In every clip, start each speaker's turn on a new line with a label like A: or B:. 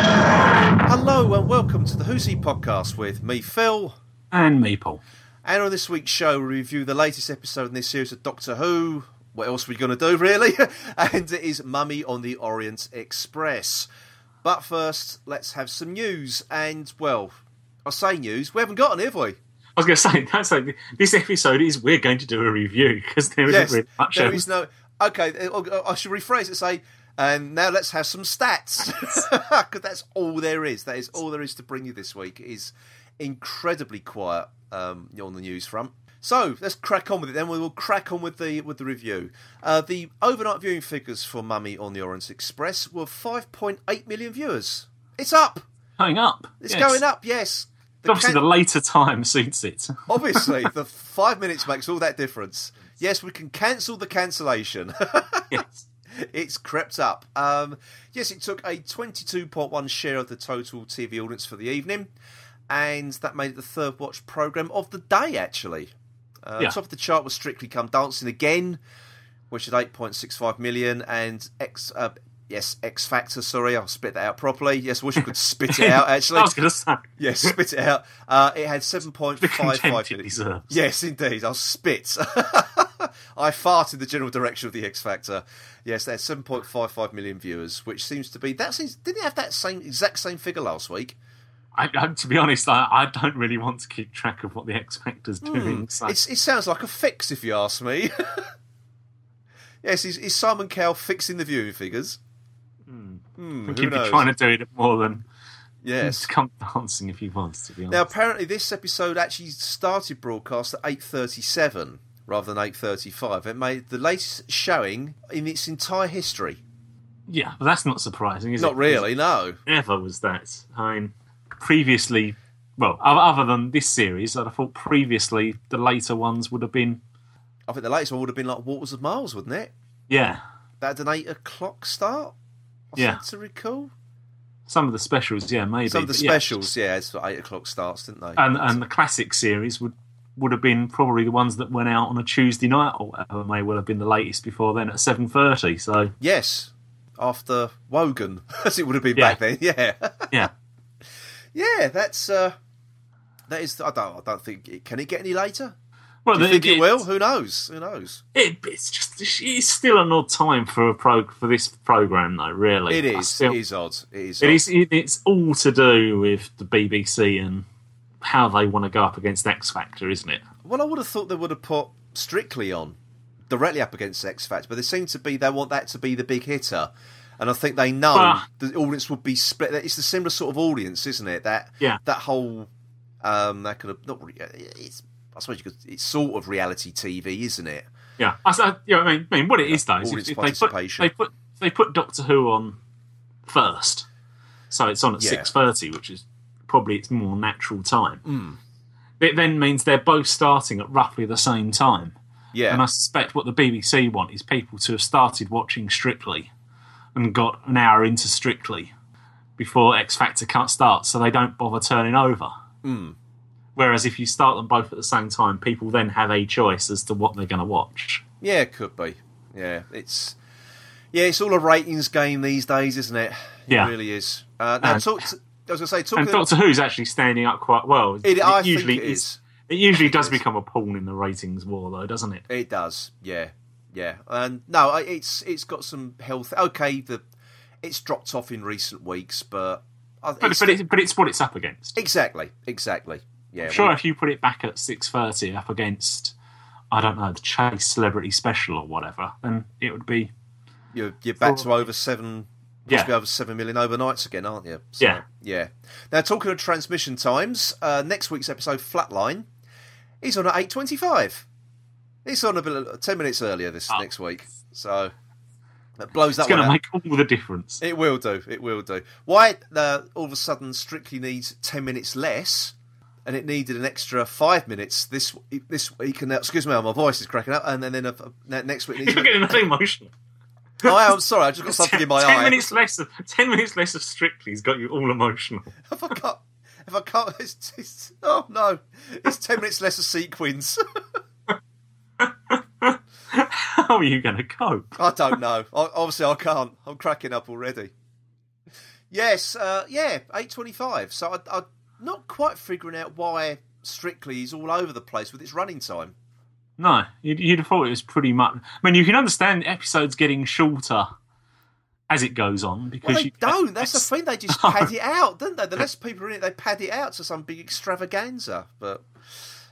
A: Hello and welcome to the Who's He podcast with me, Phil.
B: and Meeple.
A: And on this week's show, we review the latest episode in this series of Doctor Who. What else are we going to do, really? and it is Mummy on the Orient Express. But first, let's have some news. And, well, I say news, we haven't got any, have we?
B: I was going to say that's like this episode is we're going to do a review because there
A: Yes,
B: not really much
A: there
B: else.
A: is no. Okay, uh, oh, I- I should rephrase it. and Say, and now let's have some stats because that's all there is. That is all there is to bring you this week. It Is incredibly quiet um, on the news front. So let's crack on with it. Then we will crack on with the with the review. Uh, the overnight viewing figures for Mummy on the Orient Express were 5.8 million viewers. It's up.
B: going up.
A: It's
B: yes.
A: going up. Yes. The
B: Obviously,
A: can-
B: the later time suits it.
A: Obviously, the five minutes makes all that difference. Yes, we can cancel the cancellation.
B: yes.
A: it's crept up. Um, yes, it took a 22.1 share of the total TV audience for the evening, and that made it the third watch program of the day. Actually, uh,
B: Yeah.
A: top of the chart was Strictly Come Dancing again, which is 8.65 million, and X. Uh, Yes, X Factor. Sorry, I'll spit that out properly. Yes, I wish I could spit it out. Actually,
B: I was going to say
A: yes, spit it out. Uh, it had seven point
B: the
A: five five
B: contempt it
A: million.
B: deserves.
A: Yes, indeed. I'll spit. I fart in the general direction of the X Factor. Yes, there's 7.55 million viewers, which seems to be that seems didn't it have that same exact same figure last week.
B: I, I, to be honest, I, I don't really want to keep track of what the X Factor's doing. so-
A: Hmm, It's, it sounds like a fix, if you ask me. yes, is, is Simon Cowell fixing the viewing figures? Hmm,
B: I think
A: who
B: he'd be
A: knows?
B: trying to do it more than
A: yes.
B: come dancing if he wants. To be honest,
A: Now, apparently, this episode actually started broadcast at eight thirty-seven rather than eight thirty-five. It made the latest showing in its entire history.
B: yeah, but that's not surprising, is it?
A: Not really, no.
B: ever was that. I mean, previously, well, o- other than this series, I thought previously the later ones would have been,
A: I think the latest one would have been like Waters of Miles, wouldn't it?
B: yeah,
A: That had an eight o'clock start. I
B: Yeah.
A: seem to recall
B: some of the specials, yeah, maybe
A: some of the
B: but yeah.
A: specials. Yeah, it's for eight o'clock starts, didn't they?
B: and and the classic series would would have been probably the ones that went out on a Tuesday night or whatever may well have been the latest before then at seven thirty. So
A: yes, after Wogan, as it would have been
B: Yeah.
A: back then. Yeah,
B: yeah,
A: yeah. That's uh, that is. I don't. I don't think it can. It get any later?
B: well,
A: Do you think it,
B: it-
A: will? Who knows? Who knows?
B: It, it's just it's still an odd time for a prog for this program though. Really,
A: It
B: I
A: is.
B: still-
A: it is odd. It is.
B: It
A: odd.
B: is. It, it's all to do with the BBC and how they want to go up against X Factor, isn't it?
A: Well, I would have thought they would have put Strictly on directly up against X Factor, but they seem to be they want that to be the big hitter, and I think they know
B: Ah.
A: the audience would be split. It's the similar sort of audience, isn't it? That
B: Yeah.
A: that whole um, that kind of not re- it's I suppose you could it's sort of reality TV, isn't it?
B: Yeah. I, s- I- you know, what I mean, I mean, what it is though is
A: audience
B: if, if they put
A: participation.
B: they put they put Doctor Who on first, so it's on at
A: Yeah.
B: six thirty, which is probably its more natural time.
A: Hmm.
B: It then means they're both starting at roughly the same time.
A: Yeah,
B: And I suspect what the BBC want is people to have started watching Strictly and got an hour into Strictly before X Factor can't start, so they don't bother turning over.
A: Hmm.
B: Whereas if you start them both at the same time, people then have a choice as to what they're going to watch.
A: yeah, it could be. Yeah, it's yeah, it's all a ratings game these days, isn't it?
B: Yeah.
A: it really is. Uh, now,
B: And-
A: talk to, I was going to say,
B: And
A: talking.
B: Doctor Who's actually standing up quite well.
A: It- I think it
B: is-
A: is.
B: It usually does become a pawn in the ratings war, though, doesn't it?
A: It does, yeah, yeah, and no, I- it's it's got some health. Okay, the it's dropped off in recent weeks, but I-
B: But,
A: it's,
B: but, it, but it's what it's up against.
A: exactly, exactly, yeah,
B: sure if you put it back at six thirty up against I don't know the Chase Celebrity Special or whatever, then it would be
A: well, you're you're back to over seven,
B: Yeah.
A: possibly over seven million overnights again, aren't you? So,
B: Yeah.
A: yeah. Now talking of transmission times, uh, next week's episode Flatline is on at eight twenty-five. It's on a bit ten minutes earlier this
B: Oh.
A: next week, so that blows that
B: it's
A: one
B: going
A: out.
B: to make all the difference.
A: It will do. It will do. Why uh, all of a sudden Strictly needs ten minutes less, and it needed an extra five minutes this this week. And now, excuse me, my voice is cracking up. And then, then uh, next week it
B: You're
A: needs
B: getting emotional.
A: Oh, I'm sorry. I just got something in my
B: ten
A: eye.
B: minutes less of ten minutes less of Strictly's got you all emotional.
A: If I can't, if I can't, it's, it's, oh no, it's ten minutes less of sequins.
B: How are you going to cope?
A: I don't know. O- Obviously, I can't. I'm cracking up already. Yes, uh, yeah, eight twenty-five. So I, I'm not quite figuring out why Strictly is all over the place with its running time.
B: No, you'd, you'd have thought it was pretty much. I mean, you can understand episodes getting shorter as it goes on because
A: Well, they
B: you
A: don't. That's the thing. They just pad it out, don't they? The less people are in it, they pad it out to some big extravaganza. But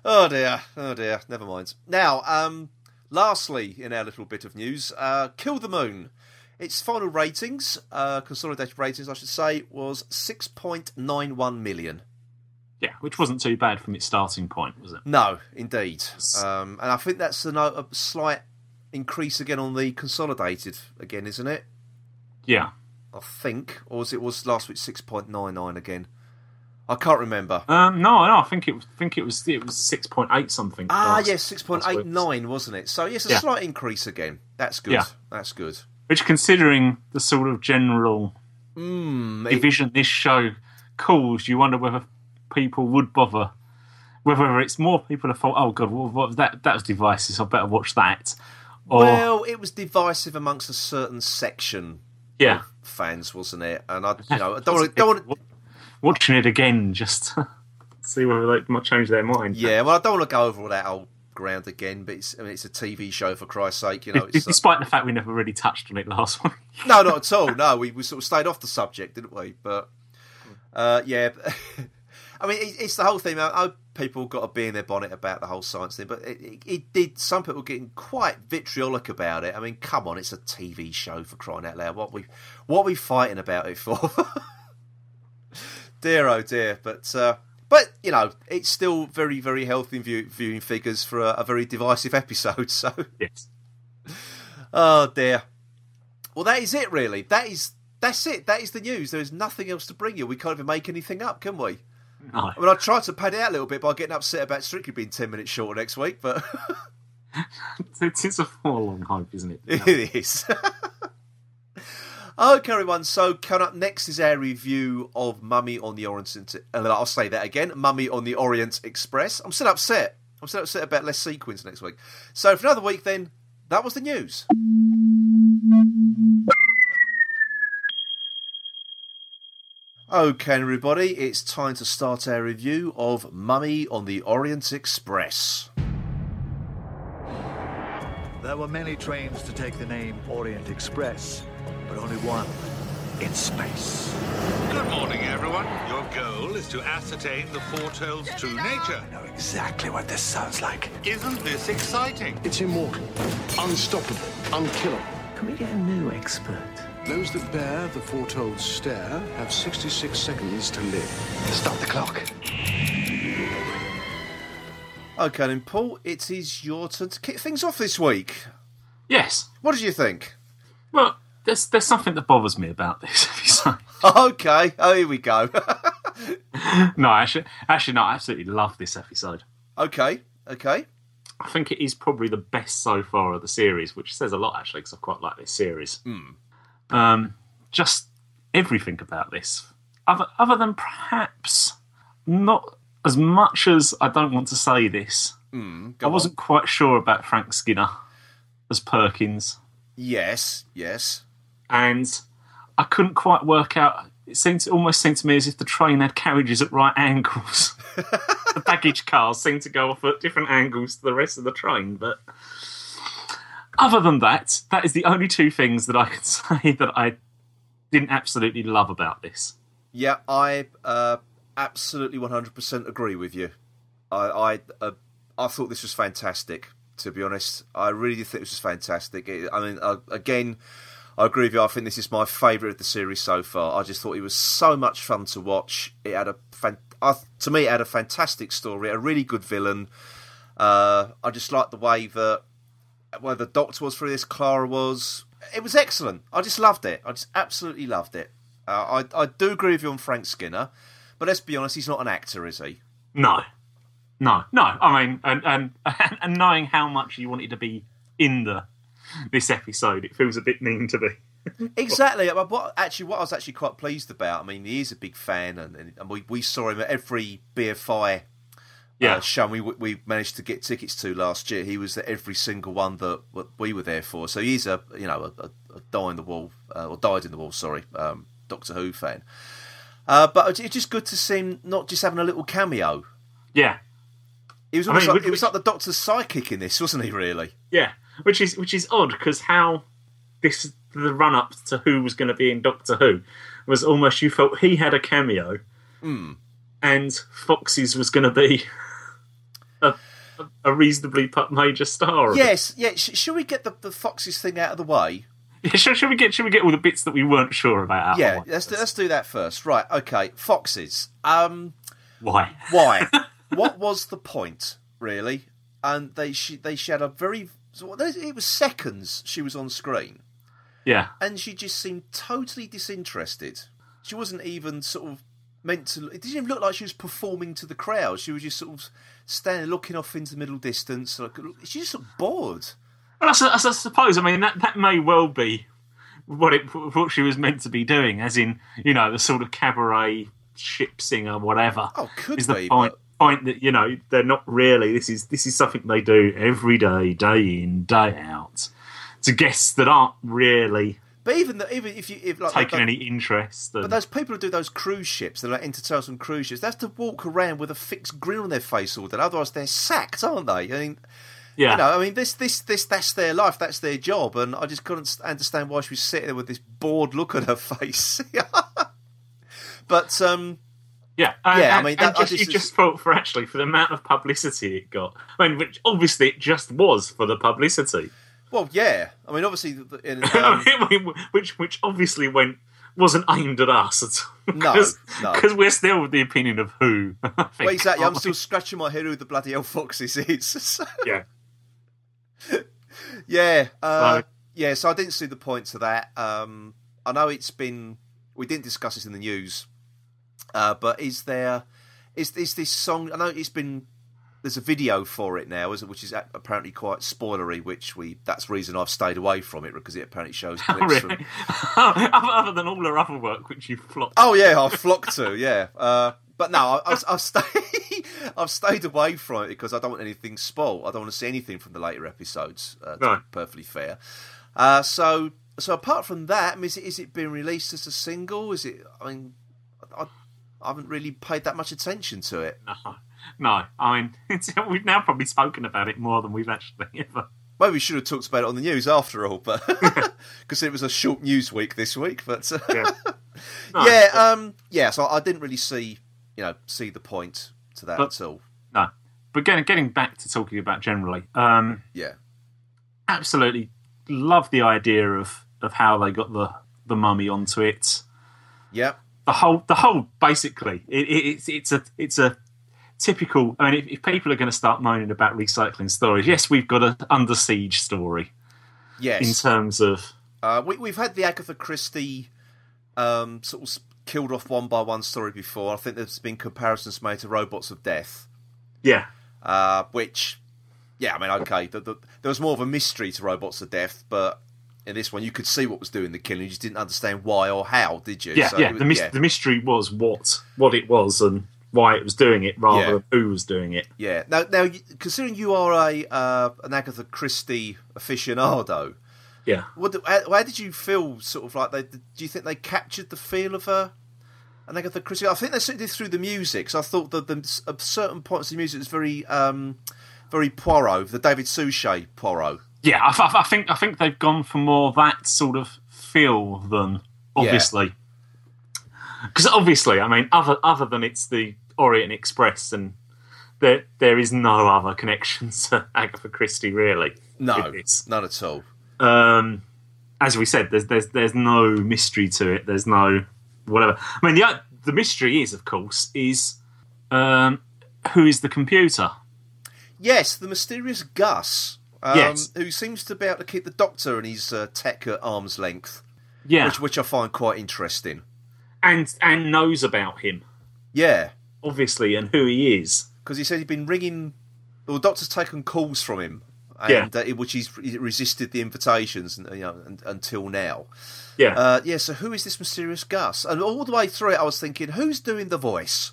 A: oh dear, oh dear. Never mind. Now, um, lastly, in our little bit of news, uh, Kill the Moon. Its final ratings, uh, consolidated ratings, I should say, was six point nine one million.
B: yeah, which wasn't too bad from its starting point, was it?
A: No, indeed. Um, and I think that's a, no- a slight increase again on the consolidated again, isn't it?
B: Yeah.
A: I think, or as it was last week, six point nine nine again. I can't remember.
B: Um, no, no, I think it was- think it was it was six point eight something.
A: Ah,
B: last-
A: yes, six point
B: last
A: eight
B: week.
A: nine, wasn't it? So yes, a
B: Yeah.
A: slight increase again. That's good.
B: Yeah.
A: That's good.
B: Which, considering the sort of general
A: Mm, it-
B: division this show caused, you wonder whether people would bother. Whether it's more people have thought, "Oh God, what, what, that that was devices. I better watch that," or
A: well, it was divisive amongst a certain section
B: yeah,
A: fans, wasn't it? And I, you know, I don't want, don't want,
B: watching it again just to see whether they might change their mind.
A: yeah. Well, I don't want to go over all that old ground again. But it's, I mean, it's a TV show for Christ's sake, you know.
B: D-
A: It's, uh,
B: Despite the fact we never really touched on it last week.
A: no, not at all. No, we, we sort of stayed off the subject, didn't we? But uh, yeah, I mean, it, it's the whole thing. I know people got to be in their bonnet about the whole science thing, but it, it, it did. Some people getting quite vitriolic about it. I mean, come on, it's a TV show for crying out loud. What we what we fighting about it for? dear oh dear, but. Uh, but you know, it's still very, very healthy view, viewing figures for a, a very divisive episode. So
B: Yes.
A: Oh dear. Well, that is it, really. That is that's it. That is the news. There is nothing else to bring you. We can't even make anything up, can we?
B: No.
A: I mean, I tried to pad it out a little bit by getting upset about Strictly being ten minutes shorter next week, but
B: It's, it's a far long hope, isn't it?
A: it is. okay, everyone. So coming up next is our review of Mummy on the Orient. uh, I'll say that again. Mummy on the Orient Express. I'm still upset. I'm still upset about less sequins next week. So for another week, then that was the news. Okay, everybody, it's time to start our review of Mummy on the Orient Express.
C: There were many trains to take the name Orient Express, but only one in space.
D: Good morning, everyone. Your goal is to ascertain the foretold's true nature.
C: I know exactly what this sounds like.
D: Isn't this exciting?
E: It's immortal, unstoppable, unkillable.
F: Can we get a new expert?
E: Those that bear the foretold stare have 66 seconds to live.
C: Stop the clock.
A: Okay, then, Paul, it is your turn to kick things off this week.
B: Yes.
A: What did you think?
B: Well, there's there's something that bothers me about this episode.
A: Okay, oh, here we go.
B: no, actually, actually, no, I absolutely love this episode.
A: okay, okay.
B: I think it is probably the best so far of the series, which says a lot actually, because I quite like this series. Um, just everything about this, other other than perhaps not as much as I don't want to say this. I wasn't quite sure about Frank Skinner as Perkins,
A: Yes, yes.
B: and I couldn't quite work out. It seemed to, almost seemed to me as if the train had carriages at right angles. the baggage cars seemed to go off at different angles to the rest of the train, but other than that, that is the only two things that I could say that I didn't absolutely love about this.
A: Yeah, I uh, absolutely 100% agree with you. I I, uh, I thought this was fantastic, to be honest. I really did think this was fantastic. It, I mean, uh, again, I agree with you. I think this is my favourite of the series so far. I just thought it was so much fun to watch. It had a fan- I, to me, it had a fantastic story, a really good villain. Uh, I just liked the way that where the doctor was for this, Clara was. It was excellent. I just loved it. I just absolutely loved it. Uh, I I do agree with you on Frank Skinner, but let's be honest, he's not an actor, is he?
B: No, no, no. I mean, and and, and knowing how much you wanted to be in the this episode. It feels a bit mean to be.
A: Exactly. But what actually, what I was actually quite pleased about. I mean, he is a big fan, and, and and we, we saw him at every BFI
B: Yeah,
A: uh, show we we managed to get tickets to last year. He was at every single one that w- we were there for. So he's a you know a, a, a die in the wall uh, or died in the wall. Sorry, um, Doctor Who fan. Uh, but it's- it's just good to see him not just having a little cameo.
B: yeah,
A: He was
B: mean,
A: almost like,
B: would-
A: he was like the Doctor's psychic in this, wasn't he? Really?
B: yeah. Which is which is odd because how this the run up to who was going to be in Doctor Who was almost you felt he had a cameo,
A: Hmm.
B: and Fox's was going to be a, a- a reasonably pu- major star. of it.
A: Yes. Yeah. Sh- should we get the, the Foxes thing out of the way?
B: Yeah, should, should we get should we get all the bits that we weren't sure about? out
A: Yeah.
B: of the way
A: Let's do,
B: first?
A: let's do that first. Right. Okay. Foxes. Um.
B: Why?
A: why? what was the point, really? And they she they she had a very so what- it was seconds she was on screen,
B: Yeah,
A: and she just seemed totally disinterested. She wasn't even sort of meant to. It didn't even look like she was performing to the crowd. She was just sort of standing, looking off into the middle distance. Like, she just looked bored.
B: well, I, su- I su- suppose I mean that that may well be what it what she was meant to be doing, as in you know the sort of cabaret ship singer, whatever.
A: Oh, could
B: is the
A: be,
B: point point that you know they're not really. This is this is something they do every day, day in, day out, to guests that aren't really
A: But even the, even if you if like
B: taking
A: like-
B: any interest. And,
A: But those people who do those cruise ships, they're like intertestals cruise ships, they have to walk around with a fixed grin on their face all day. Otherwise, they're sacked, aren't they? I mean,
B: yeah,
A: You know, I mean, this, this, this, that's their life, that's their job, and I just couldn't s- understand why she was sitting there with this bored look on her face. but um,
B: Yeah, and,
A: Yeah, I
B: and-
A: mean, that-
B: and
A: I
B: just,
A: just-
B: you just felt for actually for the amount of publicity it got. I mean, which obviously it just was for the publicity,
A: well, yeah, I mean, obviously, the- the- in, um,
B: I mean, which which obviously went wasn't aimed at us at all.
A: No, no.
B: because we're still with the opinion of who. I think,
A: well, exactly. I'm
B: aren't
A: still scratching my head who the bloody hell Foxes is. So,
B: we? yeah,
A: yeah, uh,
B: Right.
A: yeah. So I didn't see the point to that. Um, I know it's been we didn't discuss this in the news, uh, but is there is is this song? I know it's been there's a video for it now, is it, which is a- apparently quite spoilery. Which we that's the reason I've stayed away from it because it apparently shows clips
B: really.
A: from.
B: other, other than all her other work, which you flopped.
A: Oh yeah, I flocked to yeah. Uh, but no, I, I've, I've stayed I've stayed away from it because I don't want anything spoiled. I don't want to see anything from the later episodes. Uh, to be
B: Right.
A: perfectly fair. Uh, so so apart from that, I mean, is it, is it being released as a single? Is it? I mean, I, I haven't really paid that much attention to it.
B: No, Uh-huh. no. I mean, it's, we've now probably spoken about it more than we've actually ever.
A: Maybe we should have talked about it on the news after all, but because it was a short news week this week. But uh,
B: Yeah. No,
A: yeah, um, yeah. So I didn't really see you know see the point to that
B: But-
A: at all.
B: no. But getting getting back to talking about generally, um,
A: Yeah.
B: absolutely love the idea of of how they got the the mummy onto it.
A: Yep.
B: The whole the whole basically it, it, it's it's a it's a typical. I mean, if, if people are going to start moaning about recycling stories, yes, we've got an under siege story in
A: Yes.
B: terms of
A: Uh, we, we've had the Agatha Christie um, sort of s- killed off one by one story before. I think there's been comparisons made to Robots of Death,
B: yeah.
A: uh, which, yeah, I mean, okay, the, the, there was more of a mystery to Robots of Death, but in this one you could see what was doing the killing. You just didn't understand why or how, did you?
B: Yeah,
A: So
B: yeah.
A: it was-
B: The, mys-
A: yeah,
B: the mystery was what what it was and why it was doing it, rather
A: Yeah.
B: than who was doing it.
A: yeah. Now, now, you- considering you are a uh, an Agatha Christie aficionado,
B: Yeah.
A: What? Do, how, how did you feel? Sort of like they? Do you think they captured the feel of her? And Agatha Christie. I think they certainly did through the music. So I thought that the at certain points of the music was very, um, very Poirot, the David Suchet Poirot.
B: yeah, I, I- I think I think they've gone for more that sort of feel than obviously, because obviously, I mean, other other than it's the Orient Express, and there there is no other connection to Agatha Christie really.
A: No,
B: with this.
A: none at all.
B: um, as we said, there's there's there's no mystery to it. There's no whatever. I mean, the the mystery is, of course, is um, who is the computer?
A: Yes, the mysterious Gus, um,
B: Yes.
A: who seems to be able to keep the Doctor and his uh, tech at arm's length,
B: Yeah,
A: which which I find quite interesting.
B: and and knows about him
A: Yeah,
B: obviously and who he is.
A: because he said he'd been ringing. Well, the Doctor's taken calls from him and uh, which he's he resisted the invitations and, you know, and, until now.
B: Yeah.
A: Uh, yeah, so who is this mysterious Gus? And all the way through it, I was thinking, who's doing the voice?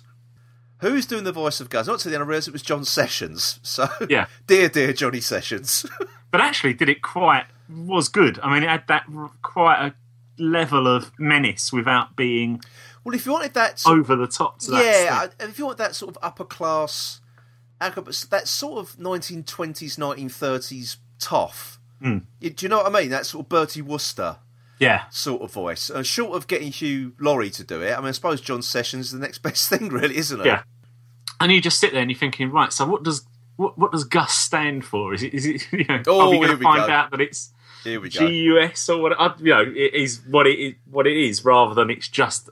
A: Who's doing the voice of Gus? Not to the end, I realised it was John Sessions. So,
B: Yeah.
A: dear, dear Johnny Sessions.
B: but actually did it quite was good. I mean, it had that r- quite a level of menace without being
A: well, if you wanted that, sort
B: over the top. To that
A: yeah,
B: extent.
A: I, if you want that sort of upper class, that sort of 1920s, 1930s tough. You- do you know what I mean? That sort of Bertie Wooster
B: yeah,
A: sort of voice. Uh, short of getting Hugh Laurie to do it, I mean, I suppose John Sessions is the next best thing, really, isn't it?
B: yeah. And you just sit there and you're thinking, right? So what does what, what does Gus stand for? Is it is it you know?
A: Oh,
B: are we
A: here
B: going to
A: we
B: find
A: go.
B: out that it's
A: Here we go.
B: GUS or what? I, you know, it is what it is what it is rather than it's just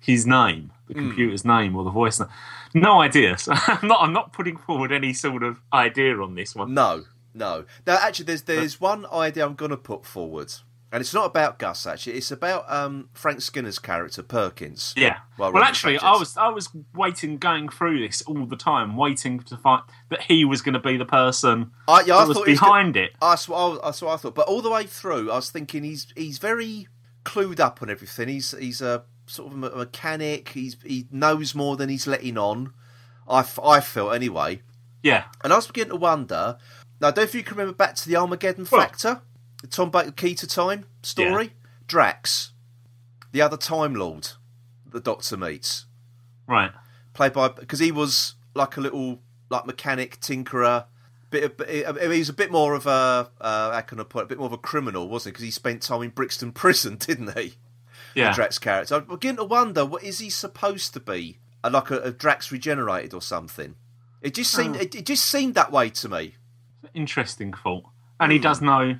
B: his name, the
A: Hmm.
B: computer's name or the voice. Name. No idea. So I'm not. I'm not putting forward any sort of idea on this one.
A: No, no. Now, actually, there's there's one idea I'm going to put forward, and it's not about Gus. Actually, it's about um, Frank Skinner's character Perkins.
B: Yeah.
A: Well,
B: Well,
A: Robert
B: actually,
A: Pattinson.
B: I was I was waiting, going through this all the time, waiting to find that he was going to be the person
A: I, yeah,
B: that
A: I
B: was
A: thought he was gonna-
B: behind it.
A: That's what I, was- that's what I thought. But all the way through, I was thinking he's he's very clued up on everything. He's he's a sort of a mechanic. He's he knows more than he's letting on. I, f- I felt anyway,
B: Yeah.
A: and I was beginning to wonder. Now, I don't know if you can remember back to the Armageddon
B: Well-
A: Factor, the Tom Baker Keter time story. Drax, the other Time Lord, the Doctor meets,
B: Right.
A: played by because he was like a little like mechanic tinkerer. Bit of, he he was a bit more of a uh, how can I put it, a bit more of a criminal, wasn't he? Because he spent time in Brixton Prison, didn't he?
B: Yeah.
A: Drax character. I'm beginning to wonder what is he supposed to be? Uh, Like a, a Drax regenerated or something? It just seemed
B: Oh.
A: it, it just seemed that way to me.
B: Interesting thought. And he does know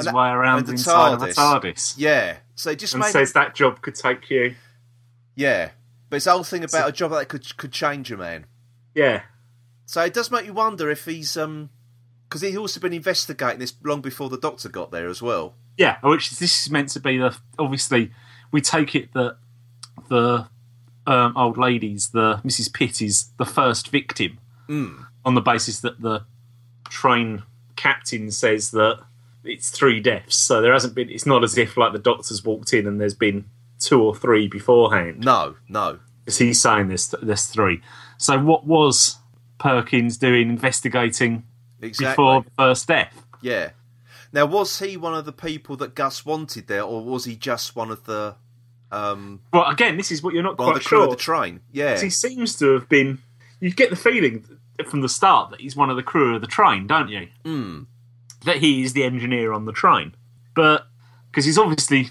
A: Hmm. And that-
B: way around
A: and the
B: inside of a
A: TARDIS.
B: TARDIS.
A: Yeah. So it just
B: And
A: made
B: says that job could take you.
A: yeah. But it's the whole thing about a job that could could change a man.
B: Yeah.
A: So it does make you wonder if he's um because he's also been investigating this long before the Doctor got there as well.
B: Yeah. Which is- this is meant to be the obviously we take it that the um, old ladies, the Mrs. Pitt is the first victim
A: Hmm.
B: on the basis that the train captain says that it's three deaths. So there hasn't been. It's not as if like the doctors walked in and there's been two or three beforehand.
A: No, no.
B: Because he's saying there's there's three. So what was Perkins doing investigating
A: Exactly.
B: before the first death?
A: Yeah. Now was he one of the people that Gus wanted there or was he just one of the um
B: Well, again, this is what you're not
A: one of
B: quite
A: the crew
B: sure.
A: of the train? Yeah.
B: 'Cause He seems to have been. You get the feeling from the start that he's one of the crew of the train, don't you? Mm.
A: Hmm.
B: That he is the engineer on the train, but because he's obviously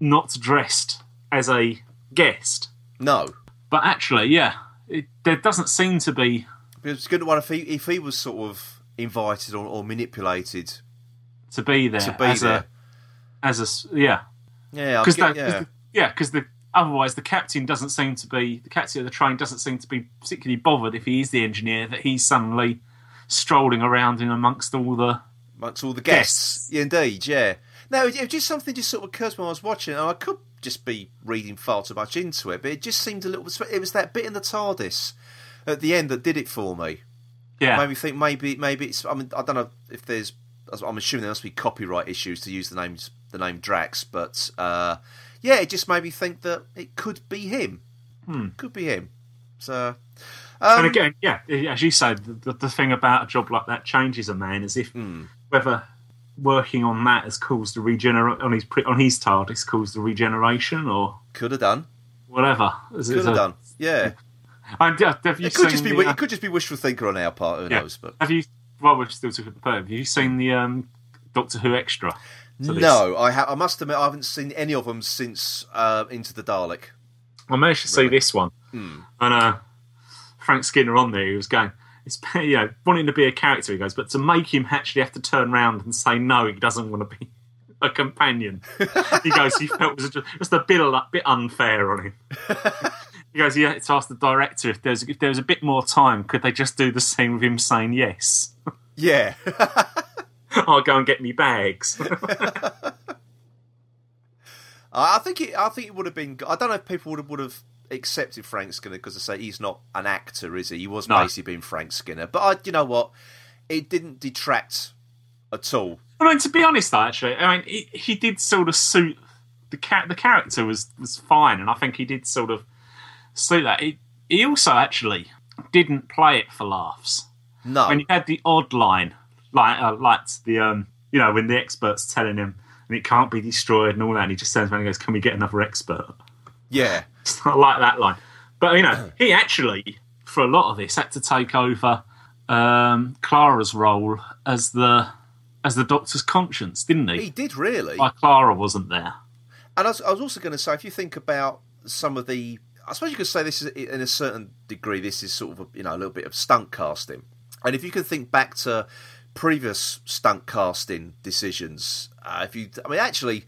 B: not dressed as a guest.
A: No.
B: But actually, yeah, it, there doesn't seem to be
A: Because it's good to wonder if he if he was sort of invited or, or manipulated
B: to be there
A: to be
B: as
A: there.
B: a as a s- yeah
A: Yeah, I
B: because
A: get-
B: yeah because the otherwise the captain doesn't seem to be the captain of the train doesn't seem to be particularly bothered if he is the engineer that he's suddenly strolling around in amongst all the
A: amongst all the guests. Yeah, indeed, yeah. Now, it, it just something just sort of occurs when I was watching, it, and I could just be reading far too much into it, but it just seemed a little. It was that bit in the TARDIS at the end that did it for me.
B: yeah
A: Made me think maybe maybe it's. I mean, I don't know if there's. I'm assuming there must be copyright issues to use the names the name Drax, but uh, yeah, it just made me think that it could be him.
B: Hmm.
A: Could be him. So um,
B: and again, yeah, as you say, the, the, the thing about a job like that changes a man as if
A: Hmm.
B: whether working on that has caused the regenerate on his pre- on his TARDIS caused the regeneration or
A: could have done.
B: whatever. As-
A: Could
B: as
A: have
B: a-
A: done. Yeah.
B: I, yeah, have you
A: It could
B: seen
A: just be
B: the,
A: wi-
B: uh,
A: it could just be wishful thinking on our part. Who
B: yeah.
A: knows? But
B: Have you? Well, we're still talking about. Have you seen the um, Doctor Who extra? to this?
A: No, I ha- I must admit I haven't seen any of them since uh, Into the Dalek.
B: I managed to see this one, and uh, Frank Skinner on there. He was going, "It's you know wanting to be a character." He goes, but to make him actually have to turn round and say no, he doesn't want to be a companion. he goes, he felt it was just, just a bit a bit unfair on him. he goes, yeah, to ask the director if there's if there was a bit more time, could they just do the same with him saying yes?
A: Yeah,
B: I'll go and get me bags.
A: I I think it. I think it would have been. I don't know if people would have, would have accepted Frank Skinner because I say he's not an actor, is he? He was
B: No.
A: basically being Frank Skinner. But I, you know what? It didn't detract at all.
B: I mean, to be honest, though, actually, I mean, he, he did sort of suit the cat. The character was was fine, and I think he did sort of suit that. He, he also actually didn't play it for laughs.
A: No,
B: When he had the odd line, like uh, like the um, you know, when the expert's telling him and it can't be destroyed and all that, and he just turns around and goes, "Can we get another expert?"
A: yeah,
B: I like that line. But you know, he actually, for a lot of this, had to take over um, Clara's role as the as the Doctor's conscience, didn't he?
A: he did really.
B: Why Clara wasn't there?
A: And I was, I was also going to say, if you think about some of the, I suppose you could say this is in a certain degree, this is sort of a, you know a little bit of stunt casting. And if you can think back to previous stunt casting decisions, uh, if you, I mean, actually,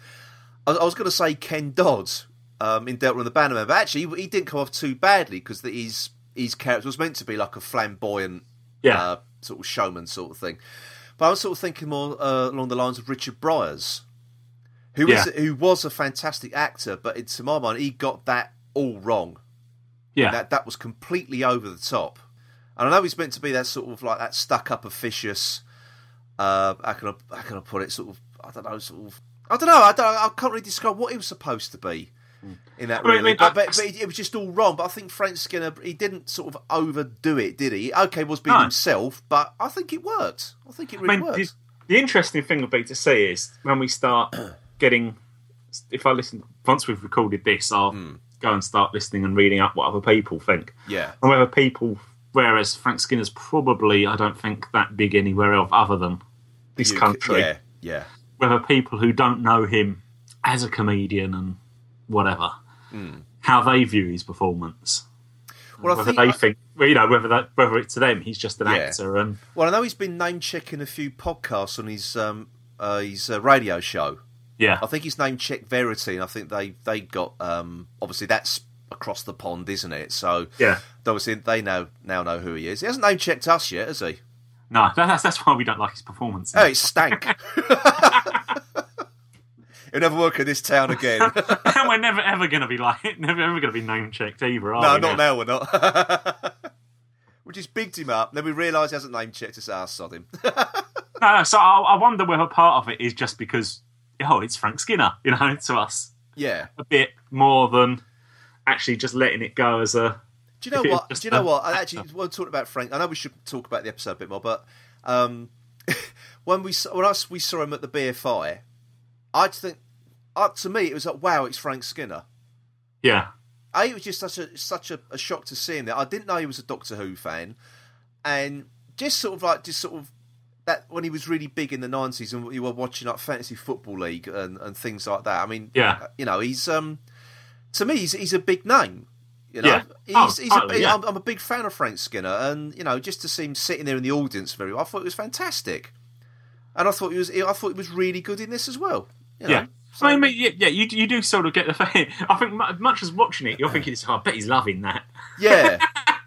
A: I, I was going to say Ken Dodd um, in Delta and the Bannerman, but actually he, he didn't come off too badly because his his character was meant to be like a flamboyant
B: Yeah,
A: uh, sort of showman sort of thing. But I was sort of thinking more uh, along the lines of Richard Briers, who is-
B: Yeah.
A: who was a fantastic actor, but in, to my mind, he got that all wrong.
B: yeah,
A: That that was completely over the top. And I know he's meant to be that sort of like that stuck up, officious. Uh, how can I how can I put it? Sort of I don't know. Sort of I don't know. I don't. I can't really describe what he was supposed to be in that
B: Hmm. I mean,
A: really.
B: I mean,
A: but, but,
B: that's-
A: but it was just all wrong. But I think Frank Skinner he didn't sort of overdo it, did he? Okay, was being
B: No.
A: himself, but I think it worked. I think it
B: I
A: really
B: mean,
A: worked.
B: the, the interesting thing would be to see is when we start getting. If I listen once we've recorded this, I'll
A: Hmm.
B: go and start listening and reading up what other people think.
A: Yeah.
B: and whether people. Whereas Frank Skinner's probably, I don't think that big anywhere else other than this
A: You c-
B: country.
A: Yeah, yeah,
B: whether people who don't know him as a comedian and whatever, how they view his performance,
A: Hmm. Well, I
B: whether
A: think-
B: they think, well, you know, whether that whether it's to them he's just an
A: Yeah.
B: actor and
A: Well, I know he's been name checking a few podcasts on his um, uh, his uh, radio show.
B: yeah,
A: I think his name Check Verity, and I think they they got um, obviously that's across the pond, isn't it? So
B: Yeah.
A: obviously they now now know who he is. He hasn't name checked us yet, has he?
B: no, that, that's that's why we don't like his performance.
A: Oh, it stank. He'll never work in this town again.
B: and we're never ever going to be like never ever going to be name checked either. Are
A: no,
B: we
A: not now. We're not. we just bigged him up. Then we realised he hasn't name checked us. Ah, sod him.
B: No, so I, I wonder whether part of it is just because oh, it's Frank Skinner, you know, to us
A: yeah.
B: a bit more than actually just letting it go as a
A: Do you know
B: If it
A: what?
B: was
A: Do you know
B: just
A: what? I actually want to talk about Frank. I know we should talk about the episode a bit more, but um, when we saw, when us we saw him at the BFI, I just think uh, to me it was like, wow, it's Frank Skinner.
B: yeah,
A: A, it was just such a such a, a shock to see him there. I didn't know he was a Doctor Who fan, and just sort of like just sort of that when he was really big in the nineties and you were watching like fantasy football league and, and things like that. I mean,
B: Yeah.
A: you know, he's um to me he's he's a big name. You know,
B: Yeah.
A: he's,
B: Oh,
A: he's a,
B: totally, yeah.
A: I'm, I'm a big fan of Frank Skinner, and you know, just to see him sitting there in the audience very, well, I thought it was fantastic, and I thought he was I thought he was really good in this as well. you know.
B: Yeah.
A: So-
B: I mean, yeah, yeah, you you do sort of get the. feeling- I think mu- much as watching it, you're thinking, oh, "I bet he's loving that,"
A: yeah.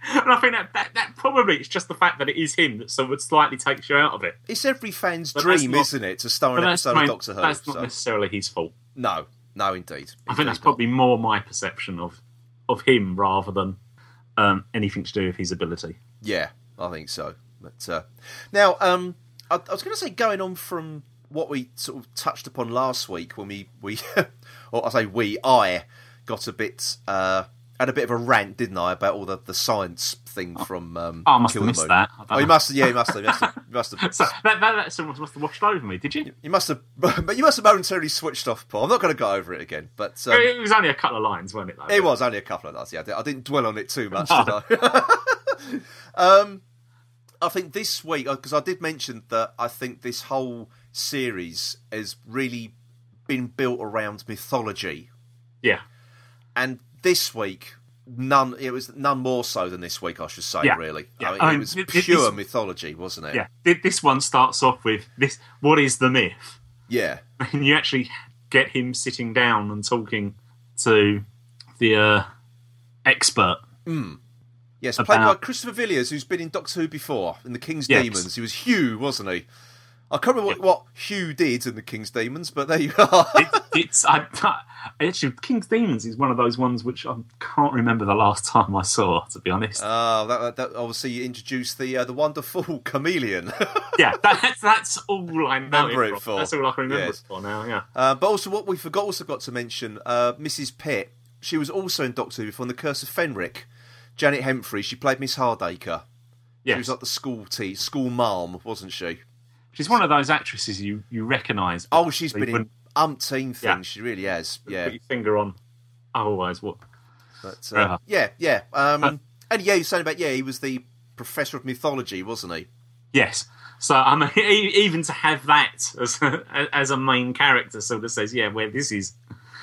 B: and I think that, that that probably it's just the fact that it is him that sort of slightly takes you out of it.
A: It's every fan's
B: But that's
A: dream,
B: not-
A: isn't it, to star
B: But
A: in an
B: that's,
A: episode
B: I
A: of
B: mean,
A: Doctor Who?
B: that's not
A: so-
B: necessarily his fault.
A: No, no, indeed.
B: I think that's
A: Indeed
B: probably more my perception of of him rather than um, anything to do with his ability.
A: not. Yeah, I think so. But uh, now, um, I, I was going to say, going on from what we sort of touched upon last week when we we, or I say we, I got a bit uh, had a bit of a rant, didn't I, about all the, the science thing from um,
B: Oh, I must have
A: Kill the
B: missed
A: Moon.
B: that. I don't
A: Oh, you
B: know.
A: must, have- yeah, you must have, you must have, you must have
B: So that that, that sort of must have washed over me, did you?
A: you must have, but you must have momentarily switched off, Paul. I'm not going to go over it again, but um,
B: it was only a couple of lines, weren't it? Though
A: It was only a couple of nights. Yeah, I di- I didn't dwell on it too much. Did I? um, I think this week because I did mention that I think this whole series has really been built around mythology,
B: Yeah,
A: and this week none. It was none more so than this week, I should say.
B: Yeah.
A: Really,
B: Yeah.
A: I mean,
B: I
A: it
B: mean,
A: was
B: it- it-
A: pure
B: it's-
A: mythology, wasn't it?
B: yeah. Th- This one starts off with this: what is the myth?
A: yeah,
B: and you actually get him sitting down and talking to the uh, expert.
A: yes. Played by
B: About-
A: Christopher Villiers, who's been in Doctor Who before in The King's
B: Yes.
A: Demons. He was Hugh, wasn't he? I can't remember what, what Hugh did in The King's Demons, but there you are.
B: Did, it's I, I actually King's Demons is one of those ones which I can't remember the last time I saw. To be honest,
A: Oh, that, that obviously you introduced the uh, the wonderful chameleon.
B: yeah, that's that's all I know.
A: Remember it
B: from.
A: for.
B: That's all I can remember
A: Yes.
B: it for now. Yeah,
A: Uh, but also, what we forgot also got to mention, uh, Mrs. Pitt. She was also in Doctor Who from The Curse of Fenric. Janet Hemphrey. She played Miss Hardacre. She
B: yeah.
A: was like the school tea, school marm, wasn't she?
B: She's one of those actresses you you recognise.
A: Oh, she's
B: but
A: been
B: you
A: in
B: wouldn't
A: umpteen things.
B: Yeah.
A: She really has. Yeah,
B: Put your finger on. Otherwise, what?
A: but uh, yeah,
B: Yeah.
A: yeah.
B: Uh.
A: Um, and yeah, you're saying about yeah, he was the professor of mythology, wasn't he?
B: Yes. So I mean, e- even to have that as a, as a main character sort of says, yeah, where this is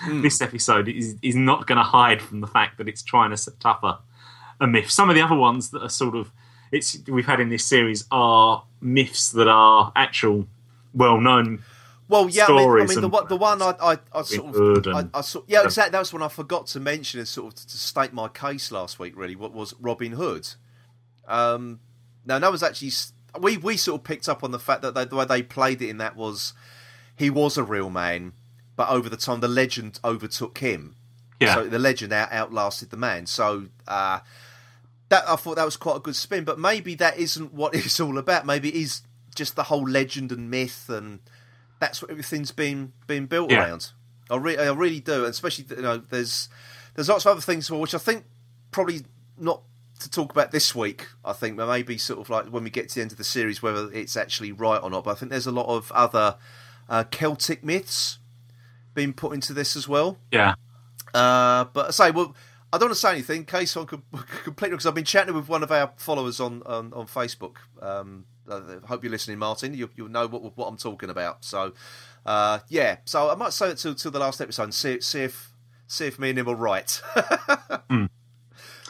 A: Hmm.
B: this episode is is not going to hide from the fact that it's trying to set up a, a myth. Some of the other ones that are sort of it's we've had in this series are myths that are actual, well known.
A: Well, yeah, I mean, I
B: stories
A: mean the,
B: and-
A: one- the one I, I, I sort of,
B: Good
A: I,
B: and-
A: I sort, yeah, exactly. That was one I forgot to mention and sort of to state my case last week. Really, what was Robin Hood? Um, now that was actually s- we we sort of picked up on the fact that they, the way they played it in that was he was a real man, but over the time the legend overtook him.
B: Yeah.
A: So the legend out, outlasted the man. So uh, that I thought that was quite a good spin, but maybe that isn't what it's all about. Maybe it is just the whole legend and myth, and that's what everything's been been built
B: Yeah.
A: around. I, re- I really do, and especially you know, there's there's lots of other things as well, which I think probably not to talk about this week. I think but maybe sort of like when we get to the end of the series, whether it's actually right or not. But I think there's a lot of other uh, Celtic myths being put into this as well.
B: yeah.
A: Uh, but I say, well, I don't want to say anything in case I'm com- completely because I've been chatting with one of our followers on on, on Facebook. Um, I hope you're listening, Martin. You, you'll know what what I'm talking about. So, uh, yeah. So I might say it till till the last episode and see see if see if me and him are right.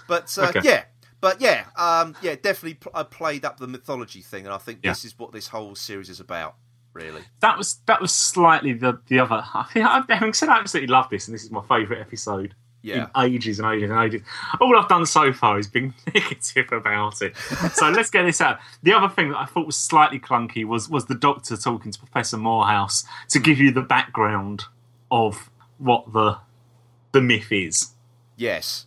A: But uh,
B: Hmm. Okay.
A: yeah. But yeah, um, yeah, definitely. Pl- I played up the mythology thing, and I think
B: Yeah.
A: this is what this whole series is about, really.
B: that was that was slightly the the other. I think, I- having said, I absolutely love this, and this is my favourite episode
A: Yeah.
B: in ages and ages and ages. All I've done so far is been negative about it. So let's get this out. The other thing that I thought was slightly clunky was was the Doctor talking to Professor Morehouse to
A: Hmm.
B: give you the background of what the the myth is
A: Yes.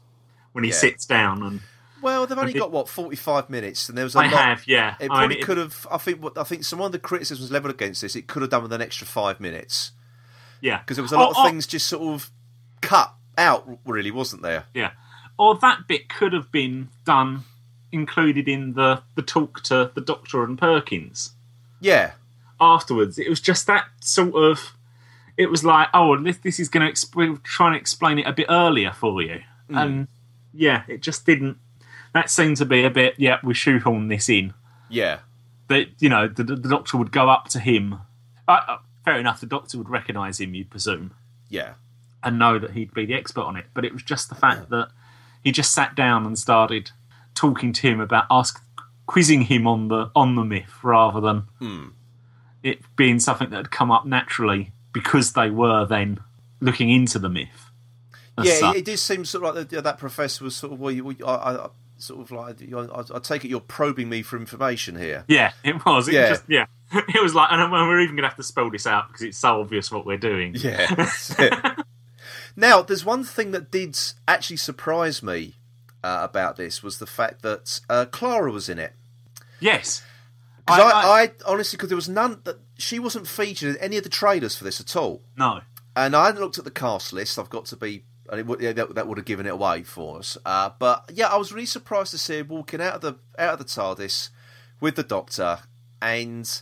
B: when he
A: Yeah.
B: sits down and
A: Well, they've only
B: Okay.
A: got what forty five minutes, and there was a
B: I
A: lot.
B: have yeah.
A: It
B: I
A: probably
B: mean, it-
A: could have. I think. what- I think some of the criticisms leveled against this, it could have done with an extra five minutes
B: yeah
A: because there was a lot
B: Oh, oh,
A: of things just sort of cut out, really, wasn't there?
B: Yeah. Or that bit could have been done included in the, the talk to the Doctor and Perkins
A: Yeah,
B: afterwards. It was just that sort of it was like, oh well, this this is gonna exp- try and explain it a bit earlier for you. And yeah, it just didn't that seemed to be a bit, yeah, we shoehorn this in.
A: yeah,
B: That you know, the, the doctor would go up to him. Uh, uh, fair enough, the doctor would recognise him, you'd presume
A: yeah,
B: and know that he'd be the expert on it. But it was just the fact that he just sat down and started talking to him about ask quizzing him on the on the myth rather than
A: Hmm.
B: it being something that had come up naturally because they were then looking into the myth. as
A: yeah.
B: such.
A: It, it did seem sort of like the, that professor was sort of. Well, you, well, you- I, I, I- sort of like. you- I, I take it you're probing me for information here.
B: yeah, it was. It
A: Yeah.
B: yeah. just yeah. It was like, and then we're even going to have to spell this out because it's so obvious what we're doing.
A: Yeah. that's it. now, there's one thing that did actually surprise me uh, about this was the fact that uh, Clara was in it.
B: Yes.
A: Because I, I, honestly, because there was none that she wasn't featured in any of the trailers for this at all.
B: no.
A: And I hadn't looked at the cast list. I've got to be, and it would, yeah, that, that would have given it away for us. Uh, but yeah, I was really surprised to see her walking out of the out of the TARDIS with the Doctor, and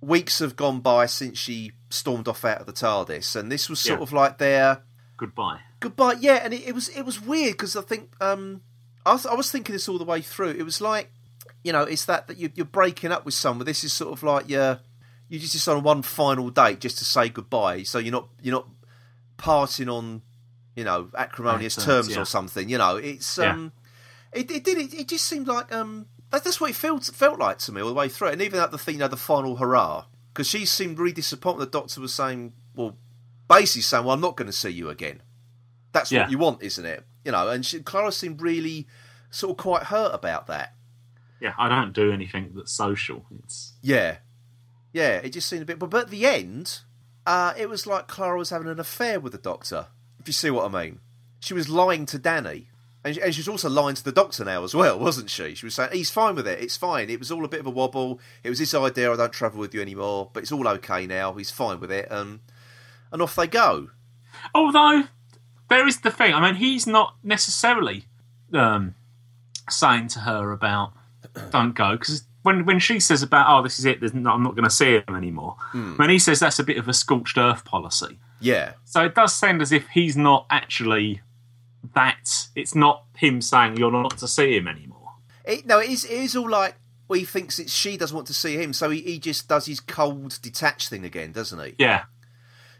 A: weeks have gone by since she stormed off out of the TARDIS, and this was sort
B: Yeah.
A: of like their
B: Goodbye.
A: goodbye. Yeah, and it, it was it was weird because I think um, I, was, I was thinking this all the way through. It was like you know, it's that that you, you're breaking up with someone. This is sort of like your you just just on one final date just to say goodbye. So you're not you're not parting on you know acrimonious
B: Right,
A: terms
B: terms, yeah.
A: or something. You know, it's
B: Yeah.
A: um, it, it did it, it just seemed like um that, that's what it felt felt like to me all the way through. And even at the thing, you know, the final hurrah, because she seemed really disappointed. The doctor was saying, well, basically saying, well, I'm not going to see you again. That's
B: Yeah.
A: what you want, isn't it? You know, and she, Clara seemed really sort of quite hurt about that.
B: Yeah, I don't do anything that's social. It's
A: Yeah, yeah, it just seemed a bit. But, but at the end, Uh, it was like Clara was having an affair with the doctor, if you see what I mean. She was lying to Danny. And she, and she was also lying to the doctor now as well, wasn't she? She was saying, he's fine with it, it's fine. It was all a bit of a wobble. It was his idea, I don't travel with you anymore, but it's all okay now, he's fine with it. And, and off they go.
B: Although there is the thing. I mean, he's not necessarily um, saying to her about don't go because when when she says about oh this is it, there's not, I'm not going to see him anymore.
A: Hmm.
B: When he says that's a bit of a scorched earth policy,
A: Yeah.
B: so it does sound as if he's not actually that. It's not him saying you're not to see him anymore.
A: It, no, it is, it is all like, well, he thinks it's she doesn't want to see him, so he, he just does his cold, detached thing again, doesn't he?
B: Yeah,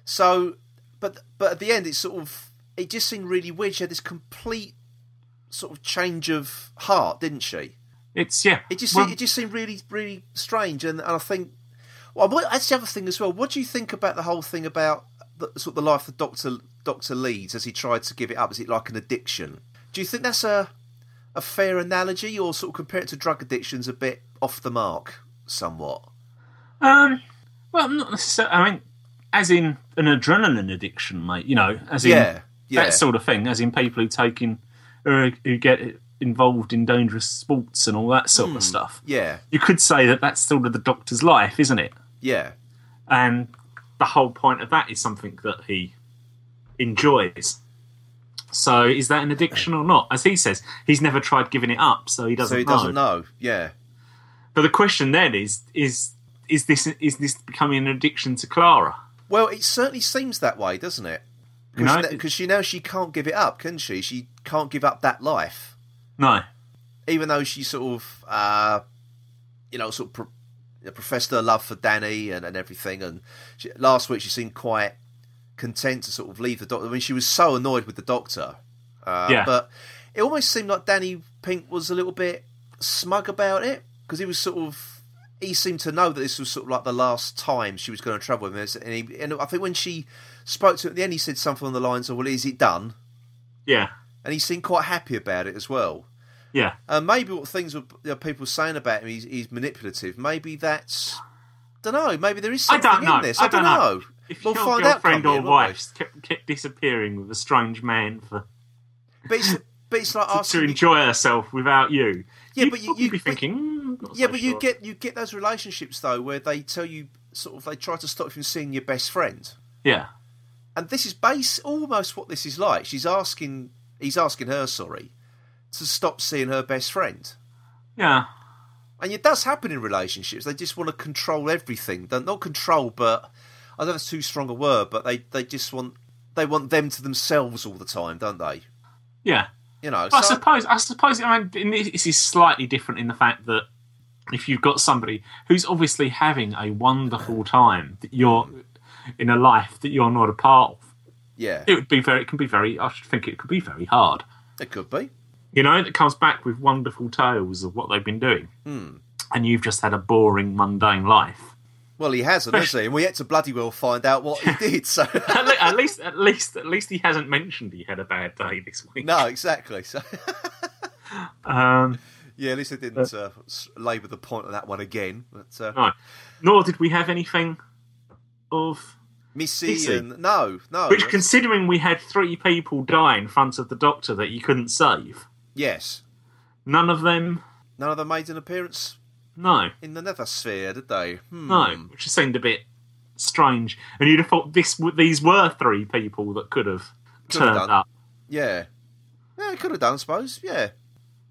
A: So, but but at the end, it's sort of it just seemed really weird. She had this complete sort of change of heart, didn't she?
B: it's yeah.
A: It just
B: Well,
A: seemed, it just seemed really really strange. And, and I think well, what, that's the other thing as well. What do you think about the whole thing about the, sort of the life the doctor doctor leads as he tried to give it up? Is it like an addiction? Do you think that's a a fair analogy, or sort of compare it to drug addictions, a bit off the mark, somewhat?
B: um, well, not necessarily. I mean, as in an adrenaline addiction, mate. You know, as in
A: Yeah, yeah.
B: that sort of thing, as in people who take in or who get involved in dangerous sports and all that sort
A: Hmm.
B: of stuff.
A: Yeah,
B: You could say that that's sort of the doctor's life, isn't it?
A: yeah,
B: And the whole point of that is something that he enjoys. So is that an addiction or not? As he says, he's never tried giving it up, so he doesn't,
A: so he doesn't know. Yeah,
B: But the question then is is is this is this becoming an addiction to Clara?
A: Well, it certainly seems that way, doesn't it?
B: You know,
A: Because she now she can't give it up, can she? She can't give up that life,
B: No.
A: even though she sort of, uh, you know, sort of pro- professed her love for Danny and, and everything. And she, last week she seemed quite content to sort of leave the doctor. I mean, she was so annoyed with the doctor, uh,
B: Yeah.
A: but it almost seemed like Danny Pink was a little bit smug about it because he was sort of he seemed to know that this was sort of like the last time she was going to travel with him. And, he, and I think when she spoke to him at the end, he said something on the lines of, "Well, is it done?"
B: Yeah.
A: And he seemed quite happy about it as well.
B: Yeah.
A: And maybe what things were you know, people saying about him, he's, he's manipulative. Maybe that's don't know. Maybe there is
B: I
A: something
B: don't know.
A: in this.
B: I don't know. If
A: we'll
B: your
A: find out.
B: girlfriend
A: come
B: or
A: here, won't we?
B: wife kept, kept disappearing with a strange man for
A: but it's, but it's like asking
B: to
A: you-
B: enjoy herself without you,
A: Yeah, but you-
B: would
A: you-
B: be
A: but-
B: thinking, "Mm, not
A: Yeah,
B: so
A: but
B: sure."
A: you get you get those relationships though where they tell you sort of they try to stop you from seeing your best friend.
B: yeah,
A: And this is base almost what this is like. She's asking he's asking her, sorry, to stop seeing her best friend.
B: yeah,
A: And it does happen in relationships. They just want to control everything. They're not control, but I don't know if it's too strong a word, but they, they just want they want them to themselves all the time, don't they?
B: yeah.
A: You know.
B: I
A: so-
B: suppose, I suppose, I mean, in this this is slightly different in the fact that if you've got somebody who's obviously having a wonderful time that you're in a life that you're not a part of,
A: yeah.
B: it would be very, it can be very, I should think it could be very hard.
A: It could be.
B: You know, that comes back with wonderful tales of what they've been doing,
A: Hmm.
B: and you've just had a boring, mundane life.
A: Well he hasn't, has he? And we yet to bloody well find out what he did, so
B: at, le- at least, at least, at least he hasn't mentioned he had a bad day this week.
A: No, exactly. So
B: Um,
A: yeah, at least they didn't uh, s- labour the point of that one again. But uh,
B: no. Nor did we have anything of
A: Missy,
B: Missy.
A: and no, no.
B: which, considering we had three people die in front of the doctor that you couldn't save,
A: yes,
B: none of them.
A: none of them made an appearance
B: No,
A: in the Nether Sphere, did they? Hmm.
B: no, which seemed a bit strange. And you'd have thought this, w- these were three people that could have
A: Could have
B: turned
A: done.
B: up.
A: Yeah, yeah, it could have done, I suppose. Yeah.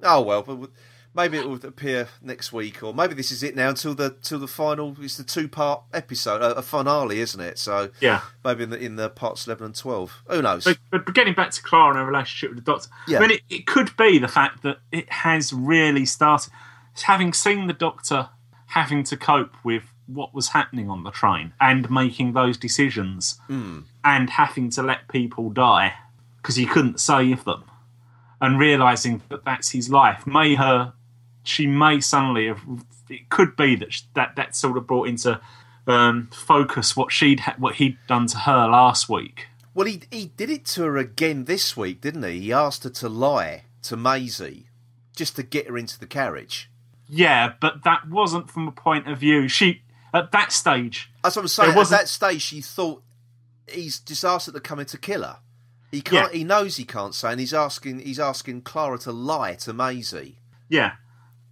A: Oh well, but w- maybe it will appear next week, or maybe this is it now until the till the final. It's the two part episode, uh, a, a finale, isn't it? So
B: Yeah.
A: maybe in the in the parts eleven and twelve. Who knows?
B: But, but getting back to Clara and her relationship with the Doctor,
A: Yeah.
B: I mean, it, it could be the fact that it has really started. Having seen the Doctor having to cope with what was happening on the train and making those decisions and having to let people die because he couldn't save them and realizing that that's his life, may her, she may suddenly have. It could be that sh- that that sort of brought into um, focus what she'd ha- what he'd done to her last week.
A: Well, he he did it to her again this week, didn't he? He asked her to lie to Maisie just to get her into the carriage.
B: Yeah, but that wasn't from a point of view. She, At that stage,
A: That's what I'm saying.
B: There
A: At
B: wasn't-
A: that stage, she thought he's disaster at coming to kill her. He can't.
B: Yeah.
A: He knows he can't say, and he's asking. He's asking Clara to lie to Maisie.
B: yeah.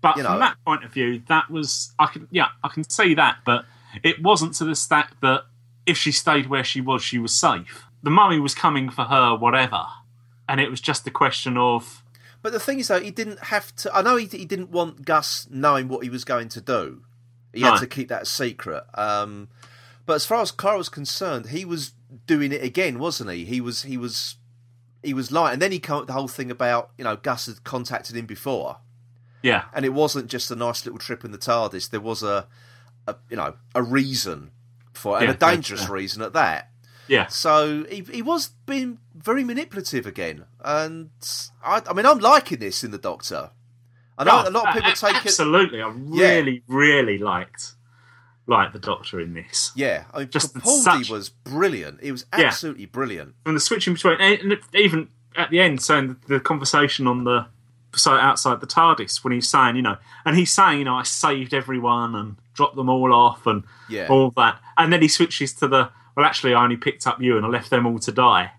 B: But
A: You know.
B: from that point of view, that was I can yeah I can see that, but it wasn't to the stat that if she stayed where she was, she was safe. The mummy was coming for her, whatever, and it was just a question of
A: But the thing is, though, he didn't have to. I know he, he didn't want Gus knowing what he was going to do. He had
B: No.
A: to keep that a secret. Um, but as far as Clara was concerned, he was doing it again, wasn't he? He was. He was. He was lying, and then he came up with the whole thing about you know Gus had contacted him before.
B: yeah
A: and it wasn't just a nice little trip in the TARDIS. There was a, a you know, a reason for it, and
B: Yeah,
A: a dangerous
B: yeah.
A: reason at that.
B: yeah
A: So he, he was being very manipulative again, and I, I mean, I'm liking this in the Doctor. I know
B: Oh,
A: a lot of people
B: a-
A: take it.
B: absolutely. I really, really liked liked the Doctor in this.
A: Yeah, I mean,
B: Just
A: Capaldi
B: such-
A: was brilliant. He was
B: Yeah.
A: absolutely brilliant.
B: And the switching between, and even at the end, saying the, the conversation on the so outside the TARDIS when he's saying, you know, and he's saying, you know, I saved everyone and dropped them all off and
A: Yeah.
B: all that, and then he switches to the well, actually, I only picked up you and I left them all to die.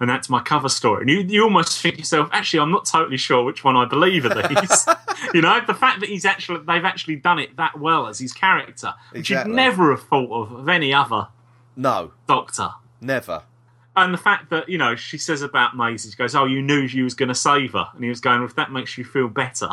B: And that's my cover story. And you, you almost think to yourself, actually, I'm not totally sure which one I believe of these. you know, the fact that he's actually they've actually done it that well as his character, which
A: Exactly.
B: you'd never have thought of of any other
A: No,
B: Doctor.
A: never.
B: And the fact that, you know, she says about Maisie, she goes, Oh, you knew you was going to save her. And he was going, well, If that makes you feel better,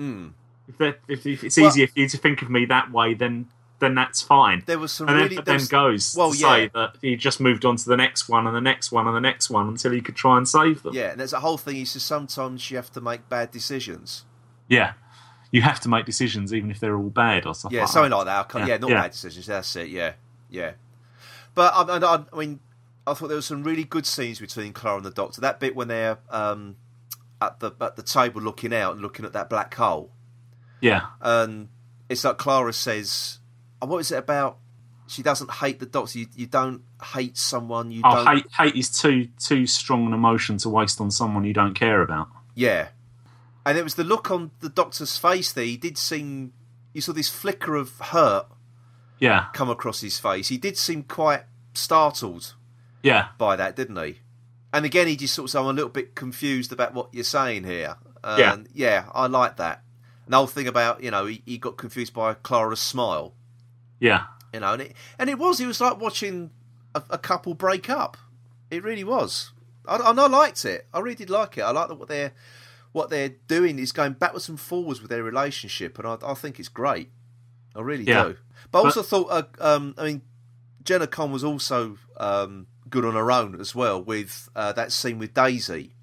B: if, that, if, if it's
A: Hmm. Well-
B: easier for you to think of me that way, then then that's fine.
A: There was some
B: and then,
A: really-
B: but
A: there
B: then
A: was-
B: goes
A: well,
B: to say
A: yeah.
B: that he just moved on to the next one and the next one and the next one until he could try and save them.
A: Yeah, and there's a whole thing. He says sometimes you have to make bad decisions.
B: Yeah. You have to make decisions even if they're all bad or something.
A: Yeah, something like that. I can't, yeah,
B: Yeah,
A: not
B: yeah.
A: bad decisions. That's it. Yeah, yeah. But I, I, I mean, I thought there were some really good scenes between Clara and the Doctor. That bit when they're um, at the at the table looking out and looking at that black hole,
B: Yeah.
A: and it's like Clara says, oh, "What is it about?" She doesn't hate the Doctor. You, you don't hate someone. You
B: Oh,
A: don't.
B: hate, hate is too too strong an emotion to waste on someone you don't care about.
A: Yeah. And it was the look on the Doctor's face there. He did seem. You saw this flicker of hurt
B: Yeah.
A: come across his face. He did seem quite startled
B: Yeah.
A: by that, didn't he? And again, he just sort of said, I'm a little bit confused about what you're saying here. And
B: Yeah.
A: yeah, I like that. And the whole thing about, you know, he, he got confused by Clara's smile,
B: Yeah.
A: you know, and it, and it was, he was like watching a, a couple break up. It really was. I, and I liked it. I really did like it. I like that what they're, what they're doing is going backwards and forwards with their relationship, and I, I think it's great. I really
B: Yeah.
A: do. But I also thought, uh, um, I mean, Jenna Con was also um, good on her own as well with uh, that scene with Daisy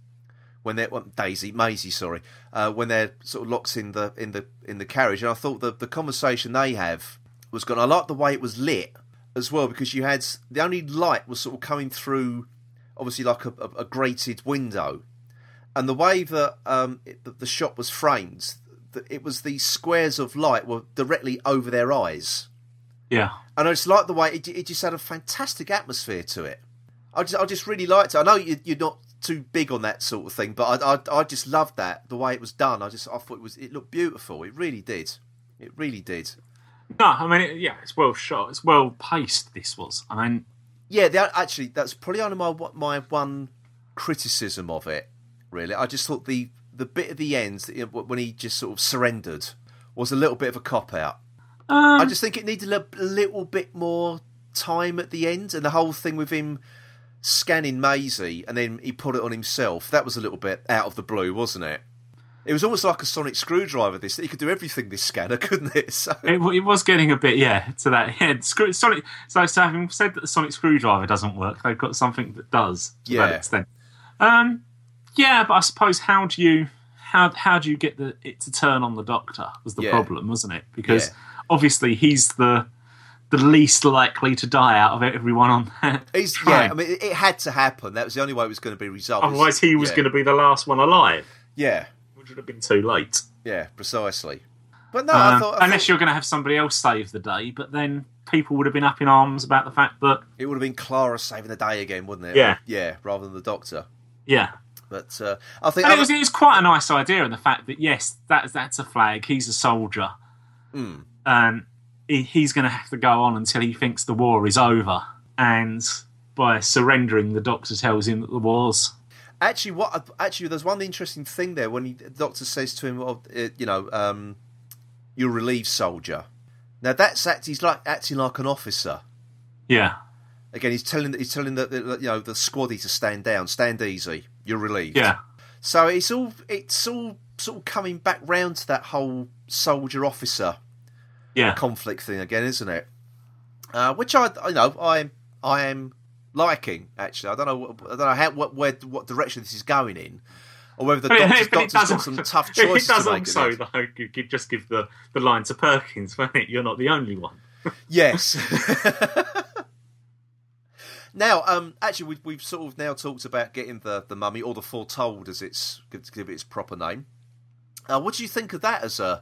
A: when they're well, Daisy Maisie, sorry, uh, when they're sort of locked in the in the in the carriage. And I thought the the conversation they have was good. I liked the way it was lit as well because you had the only light was sort of coming through, obviously like a, a, a grated window, and the way that um, it, that the shot was framed, th- it was the squares of light were directly over their eyes
B: Yeah.
A: and I just like the way it, it just had a fantastic atmosphere to it. I just, I just really liked it. I know you, you're not too big on that sort of thing, but I, I, I just loved that the way it was done. I just, I thought it was, it looked beautiful. It really did. It really did.
B: No, I mean, it, yeah, it's well shot. It's well paced. This was. I mean,
A: Yeah, they, are- actually, that's probably only my my one criticism of it. Really, I just thought the the bit at the end you know, when he just sort of surrendered was a little bit of a cop out.
B: Um,
A: I just think it needed a little bit more time at the end, and the whole thing with him scanning Maisie and then he put it on himself. That was a little bit out of the blue, wasn't it? It was almost like a sonic screwdriver. This he could do everything. This scanner couldn't it? So
B: it, w- it was getting a bit, yeah, to that head. Screw, Sonic. So, so having said that the Sonic screwdriver doesn't work, they've got something that does. To
A: Yeah.
B: That extent. Um. Yeah, but I suppose how do you how how do you get the it to turn on the Doctor was the
A: Yeah.
B: problem, wasn't it? Because
A: Yeah.
B: obviously he's the the least likely to die out of everyone on that.
A: he's, yeah,
B: train.
A: I mean, it it had to happen. That was the only way it was going to be resolved.
B: Otherwise, he was
A: Yeah.
B: going to be the last one alive,
A: Yeah,
B: which would have been too late.
A: yeah, precisely. But no, I
B: Um,
A: thought I
B: unless
A: thought
B: you're going to have somebody else save the day, but then people would have been up in arms about the fact that
A: it would have been Clara saving the day again, wouldn't it?
B: Yeah.
A: yeah, rather than the Doctor.
B: yeah.
A: But uh, I think
B: And it was, it was quite a
A: Hmm.
B: nice idea in the fact that yes, that's that's a flag. He's a soldier, um, he, he's going to have to go on until he thinks the war is over. And by surrendering, the doctor tells him that the war's.
A: Actually, what actually there's one interesting thing there when he, the doctor says to him, well, uh, you know, um, you're a relieved soldier. Now that's act, he's like acting like an officer.
B: Yeah,
A: Again, he's telling he's telling the, the you know the squaddy to stand down, stand easy. You're relieved.
B: yeah,
A: So it's all it's all sort of coming back round to that whole soldier officer
B: yeah.
A: conflict thing again, isn't it? Uh, which I, you know, I am, I am liking actually. I don't know, what- I don't know how, what, where, what direction this is going in, or whether the
B: But
A: doctor's,
B: it- but it
A: doctor's got
B: does-
A: some tough choices
B: It does
A: to make. in
B: also,
A: it.
B: though, you could just give the, the line to Perkins, won't it? You're not the only one.
A: Yes. now, um, actually, we've, we've sort of now talked about getting the, the mummy or the foretold, as it's to give it its proper name. Uh, what do you think of that as a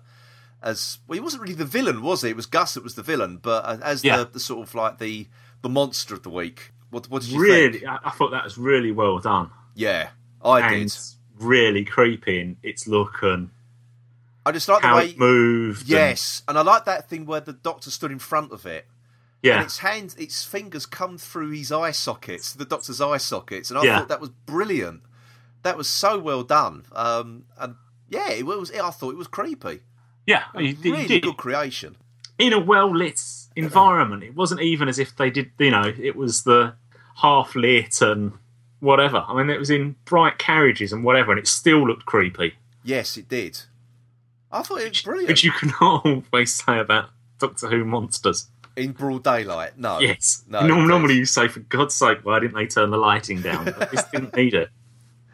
A: as well? He wasn't really the villain, was he? It was Gus that was the villain, but uh, as
B: Yeah.
A: the, the sort of like the the monster of the week. What what did you
B: Really,
A: think?
B: I, I thought that was really well done
A: Yeah, I
B: and
A: did.
B: really creepy in its look and
A: I just like the
B: how
A: way.
B: it moved. and-
A: Yes, and I like that thing where the doctor stood in front of it. and
B: yeah,
A: its hands, its fingers come through his eye sockets, the doctor's eye sockets, and I
B: Yeah.
A: thought that was brilliant. That was so well done, um, and yeah, it was. I thought it was creepy.
B: yeah. You, you
A: Really
B: did.
A: good creation.
B: in a well lit environment. It wasn't even as if they did, you know, it was the half lit and whatever. I mean, it was in bright carriages and whatever, and it still looked creepy,
A: Yes, it did. I thought it was brilliant
B: which you can always say about Doctor Who monsters.
A: in broad daylight. No,
B: Yes.
A: Uh, no.
B: Norm-
A: it
B: normally
A: did.
B: you say, for God's sake, why didn't they turn the lighting down? But this didn't need it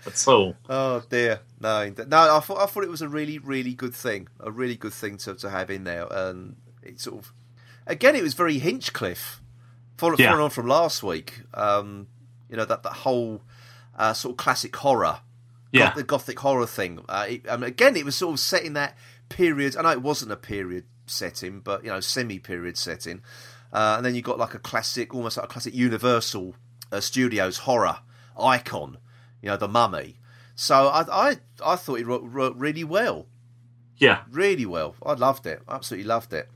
B: at all.
A: Oh dear, no, indeed. no. I thought I thought it was a really, really good thing, a really good thing to to have in there, and it sort of again, it was very Hinchcliffe, following,
B: Yeah.
A: following on from last week. Um, you know that that whole uh, sort of classic horror,
B: Yeah.
A: the gothic horror thing. Uh, it, um, again, it was sort of set in that period. I know it wasn't a period setting, but you know, semi-period setting. Uh, and then you got like a classic, almost like a classic Universal uh, Studios horror icon. You know, the Mummy. So I, I, I thought it wrote, wrote really well,
B: Yeah.
A: really well. I loved it, absolutely loved it.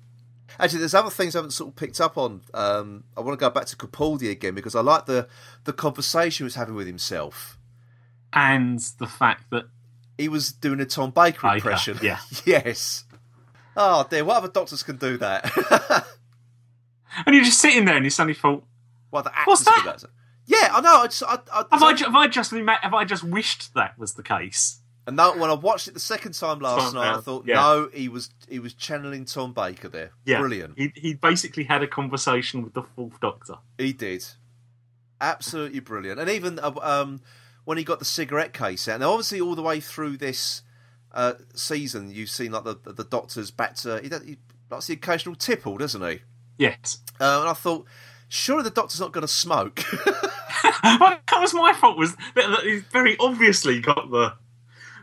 A: Actually, there's other things I haven't sort of picked up on. Um, I want to go back to Capaldi again because I like the the conversation he was having with himself
B: And the fact that
A: he was doing a Tom Baker
B: Baker,
A: impression.
B: yeah.
A: yes. Oh dear, what other doctors can do that?
B: and you're just sitting there and you suddenly thought,
A: what the actors
B: What's
A: can
B: that?
A: do that. Yeah, I know. I just, I, I,
B: have I, ju- have I just ima- have I just wished that was the case?
A: and now when I watched it the second time last
B: Tom,
A: night, I
B: uh,
A: thought
B: yeah.
A: no, he was he was channeling Tom Baker there. Brilliant.
B: He, he basically had a conversation with the fourth doctor.
A: He did. Absolutely brilliant. And even uh, um, when he got the cigarette case out. Now, obviously, all the way through this uh, season, you've seen like the the, the doctors back to he, don't- he likes the occasional tipple, doesn't he?
B: Yes.
A: Uh, and I thought, surely the doctor's not going to smoke.
B: Well, that was my fault. Was that, that he very obviously got the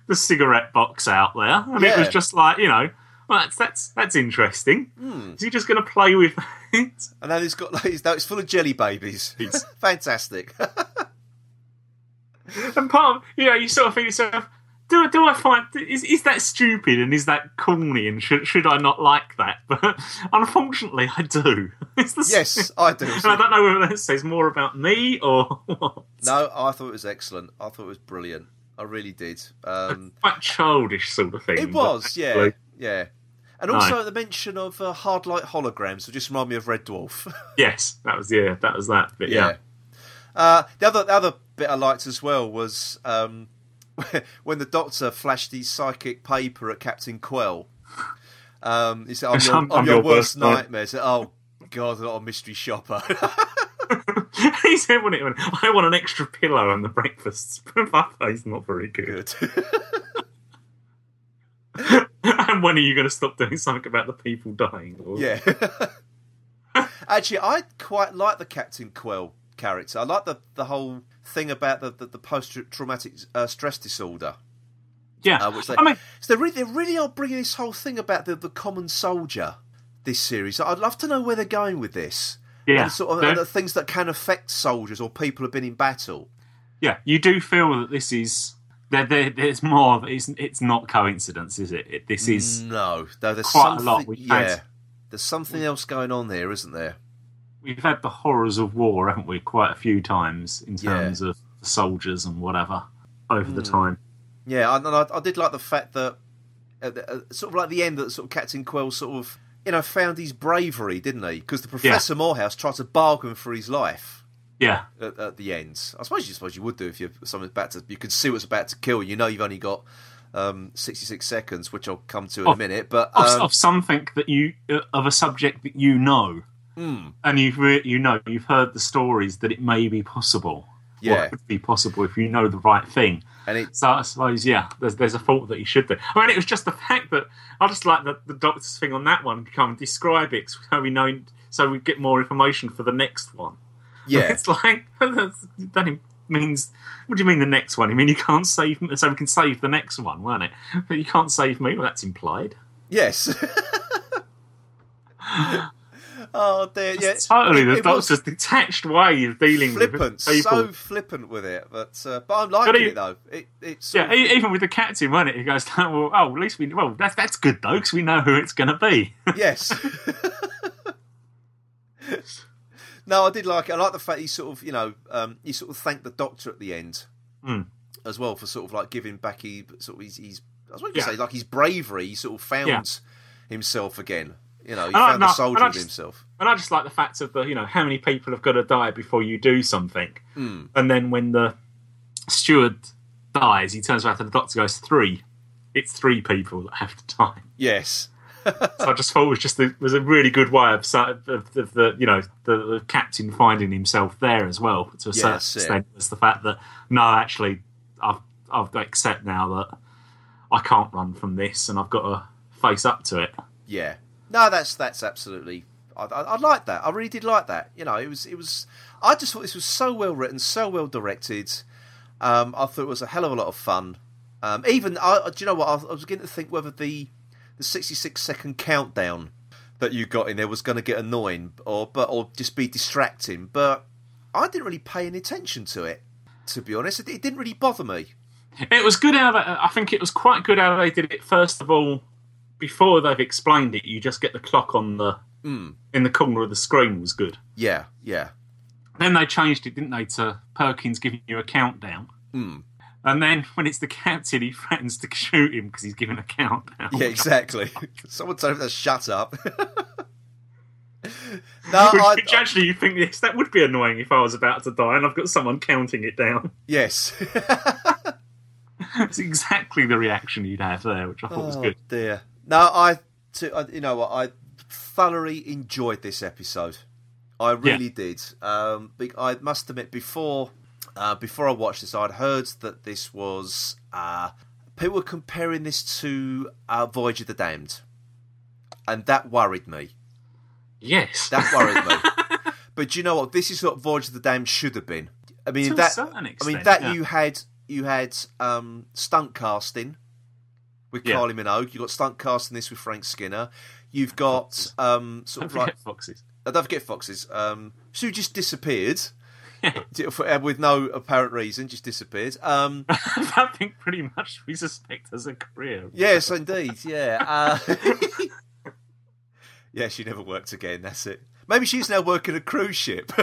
B: the cigarette box out there, and it was
A: Yeah.
B: just like you know, well, that's that's that's interesting.
A: Hmm.
B: Is he just going to play with it?
A: and then he's got like, he's, now it's full of jelly babies.
B: Yes.
A: Fantastic.
B: And part of you know, you sort of think to yourself, do do I find is is that stupid and is that corny and should should I not like that? But unfortunately, I do. It's the
A: yes, I do.
B: And I don't know whether that says more about me or what.
A: No, I thought it was excellent. I thought it was brilliant. I really did. Um,
B: Quite childish sort of thing.
A: it
B: but
A: was, yeah,
B: actually-
A: yeah. And
B: No.
A: also the mention of uh, hard light holograms, which just remind me of Red Dwarf.
B: Yes, that was yeah, that was that. But yeah.
A: Uh, the other the other bit I liked as well was um, when the Doctor flashed his psychic paper at Captain Quell. Um, he said, "I'm your, I'm your, worst, nightmare." He said, "Oh God, not a mystery shopper."
B: he said, "Wouldn't it? went, I want an extra pillow and the breakfast buffet's not very good."
A: Good.
B: and when are you going to stop doing something about the people dying? Or-
A: yeah. Actually, I quite like the Captain Quell character. I like the the whole thing about the the, the post traumatic uh, stress disorder.
B: yeah.
A: Uh, which they,
B: I mean,
A: so they really, they really are bringing this whole thing about the, the common soldier this series. I'd love to know where they're going with this.
B: Yeah.
A: And sort of
B: They're-
A: and the things that can affect soldiers or people who've been in battle.
B: yeah, you do feel that this is there. there there's more. Of, it's it's not coincidence, is it? it this is
A: No, though there's
B: quite a
A: something-
B: lot. We
A: yeah,
B: fancy,
A: There's something else going on here, isn't there?
B: We've had the horrors of war, haven't we, quite a few times in
A: Yeah. Mm.
B: terms of the soldiers and whatever over the time.
A: Yeah, and I, I did like the fact that at the, uh, sort of like the end that sort of Captain Quell sort of you know found his bravery, didn't he? Because the Professor Morehouse tried to bargain for his life
B: Yeah,
A: at, at the end. I suppose you suppose you would do if you someone's about to you can see what's about to kill you. You know you've only got um, 66 seconds, which I'll come to in a
B: Of-
A: minute. But
B: of,
A: um,
B: of something that you uh, of a subject that you know,
A: Mm.
B: and you've re- you know you've heard the stories that it may be possible. or
A: Yeah.
B: could be possible if you know the right thing.
A: and it's
B: So I suppose, yeah, there's there's a fault that he should do. I mean, it was just the fact that I just like the, the doctor's thing on that one. Come describe it so we know, so we get more information for the next one.
A: yeah,
B: It's like that's- that means. What do you mean the next one? You mean you can't save me, so we can save the next one, weren't it? But you can't save me. Well, that's implied.
A: yes. oh dear, yeah,
B: Totally, the
A: it was
B: doctor's detached way of dealing
A: flippant,
B: with people.
A: so flippant with it. But uh, but I'm liking
B: But he-
A: it though. It, it's sort
B: Yeah, e- even with the captain, weren't it? He goes, "Oh, well, oh, at least we well, that's that's good though, because we know who it's going to be."
A: Yes. no, I did like it. I like the fact he sort of, you know, um, he sort of thanked the doctor at the end
B: Mm.
A: as well for sort of like giving back he sort of his, his I was going to
B: Yeah.
A: say like his bravery. He sort of found
B: Yeah.
A: himself again. You know, he
B: I-
A: found
B: no,
A: the
B: and
A: soldier
B: I
A: in
B: just-
A: himself.
B: And I just like the fact of the, you know, how many people have got to die before you do something. And then when the steward dies, he turns around to the doctor and goes, three. It's three people that have to die.
A: Yes.
B: So I just thought it was just a, was a really good way of, sa- of, of the, you know, the, the captain finding himself there as well. To a certain
A: Yes, yeah.
B: extent, was the fact that, no, actually, I've, I've accept now that I can't run from this and I've got to face up to it.
A: Yeah. No, that's that's absolutely. I, I, I like that. I really did like that. You know, it was it was. I just thought this was so well written, so well directed. Um, I thought it was a hell of a lot of fun. Um, even I, I- do you know what? I, was- I was beginning to think whether the the sixty six second countdown that you got in there was going to get annoying or but or just be distracting. But I didn't really pay any attention to it. To be honest, it, it didn't really bother me.
B: It was good how they, I think it was quite good how they did it. First of all, before they've explained it, you just get the clock on the
A: Hmm.
B: in the corner of the screen was good.
A: Yeah, yeah,
B: Then they changed it, didn't they, to Perkins giving you a countdown.
A: Hmm.
B: And then when it's the captain, he threatens to shoot him because he's giving a countdown.
A: yeah. Exactly. Someone told him to shut up. no,
B: Which,
A: I,
B: which actually, you think yes, that would be annoying if I was about to die and I've got someone counting it down.
A: Yes.
B: That's exactly the reaction you'd have there, which I thought was
A: oh
B: good.
A: dear. No, I, to, I. You know what? I thoroughly enjoyed this episode. I really did. Um, be- I must admit, before uh, before I watched this, I'd heard that this was uh, people were comparing this to uh, Voyage of the Damned, and that worried me.
B: Yes,
A: That worried me. But you know what? This is what Voyage of the Damned should have been. I mean
B: To a
A: that.
B: certain
A: I mean
B: extent,
A: that
B: yeah.
A: you had you had um, stunt casting with
B: Yeah.
A: Carly Minogue. You got stunt casting this with Frank Skinner. You've got um, sort
B: don't
A: of like
B: forget foxes.
A: I don't forget foxes. Um, Sue just disappeared. For- uh, With no apparent reason, just disappeared. Um,
B: I think pretty much we suspect as a career.
A: yes, indeed. Yeah. Uh, yeah, she never worked again. That's it. Maybe she's now working a cruise ship.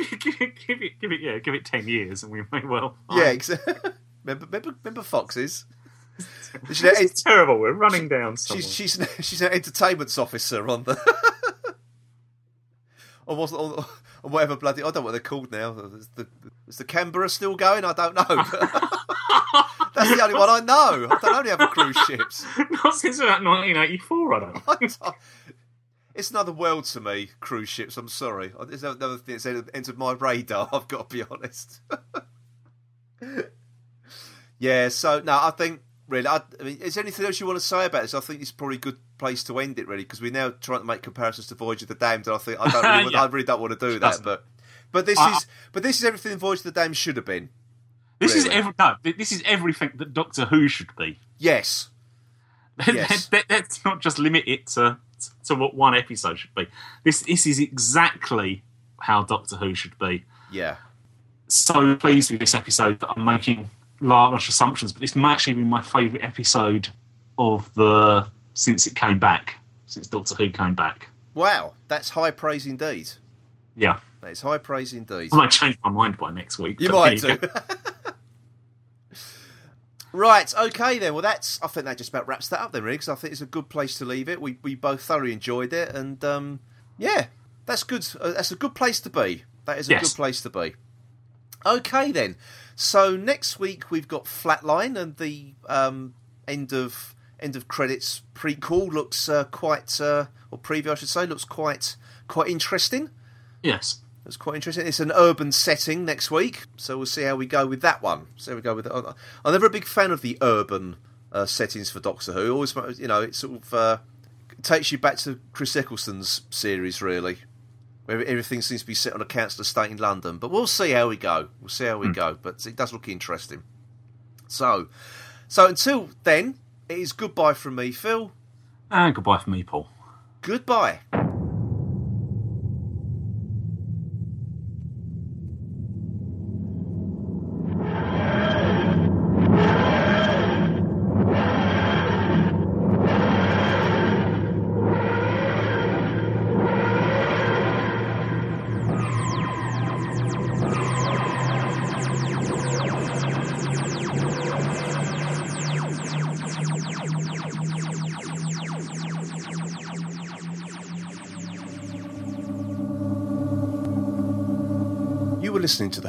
B: give it, give it, yeah, give it ten years, and we may well.
A: Yeah,
B: find-
A: exactly. remember, remember, remember foxes. She's now,
B: it's terrible. We're running down. Someone.
A: she's, she's, she's an entertainment officer on the. or, was, or, or whatever bloody. I don't know what they're called now. Is the, is the Canberra still going? I don't know. That's the only one I know. I don't only have cruise ships.
B: Not since about 1984, I don't.
A: I don't- It's another world to me, cruise ships. I'm sorry. It's another thing that's entered entered my radar, I've got to be honest. yeah, so, no, I think, really, I, I mean, is there anything else you want to say about this? I think it's probably a good place to end it, really, because we're now trying to make comparisons to Voyage of the Damned, and I think I, don't really, want-
B: Yeah.
A: I really don't want to do that.
B: Doesn't.
A: But but this
B: I-
A: is but this is everything Voyage of the Damned should have been.
B: This is
A: Really?
B: every, no. th- This is everything that Doctor Who should be.
A: Yes. Yes.
B: Let- Let's not just limit it to to what one episode should be. This this is exactly how Doctor Who should be.
A: Yeah.
B: So pleased with this episode that I'm making large assumptions, but this might actually be my favourite episode of the since it came back. since Doctor Who came back.
A: Wow, that's high praise indeed.
B: Yeah.
A: That is high praise indeed.
B: I might change my mind by next week.
A: You
B: but
A: might
B: there you
A: do. right, okay then. Well, that's. I think that just about wraps that up then, really, because I think it's a good place to leave it. We we both thoroughly enjoyed it, and um, yeah, that's good. Uh, that's a good place to be. That is a
B: Yes.
A: good place to be. Okay then. So next week we've got Flatline, and the um, end of end of credits prequel looks uh, quite uh, or preview, I should say, looks quite quite interesting.
B: Yes.
A: That's quite interesting. It's an urban setting next week, so we'll see how we go with that one. So we go with. I'm never a big fan of the urban uh, settings for Doctor Who. Always, you know, it sort of uh, takes you back to Chris Eccleston's series, really, where everything seems to be set on a council estate in London. But we'll see how we go. We'll see how we go. But it does look interesting. So, so until then, it is goodbye from me, Phil.
B: And Uh, goodbye from me, Paul.
A: Goodbye. You were listening to the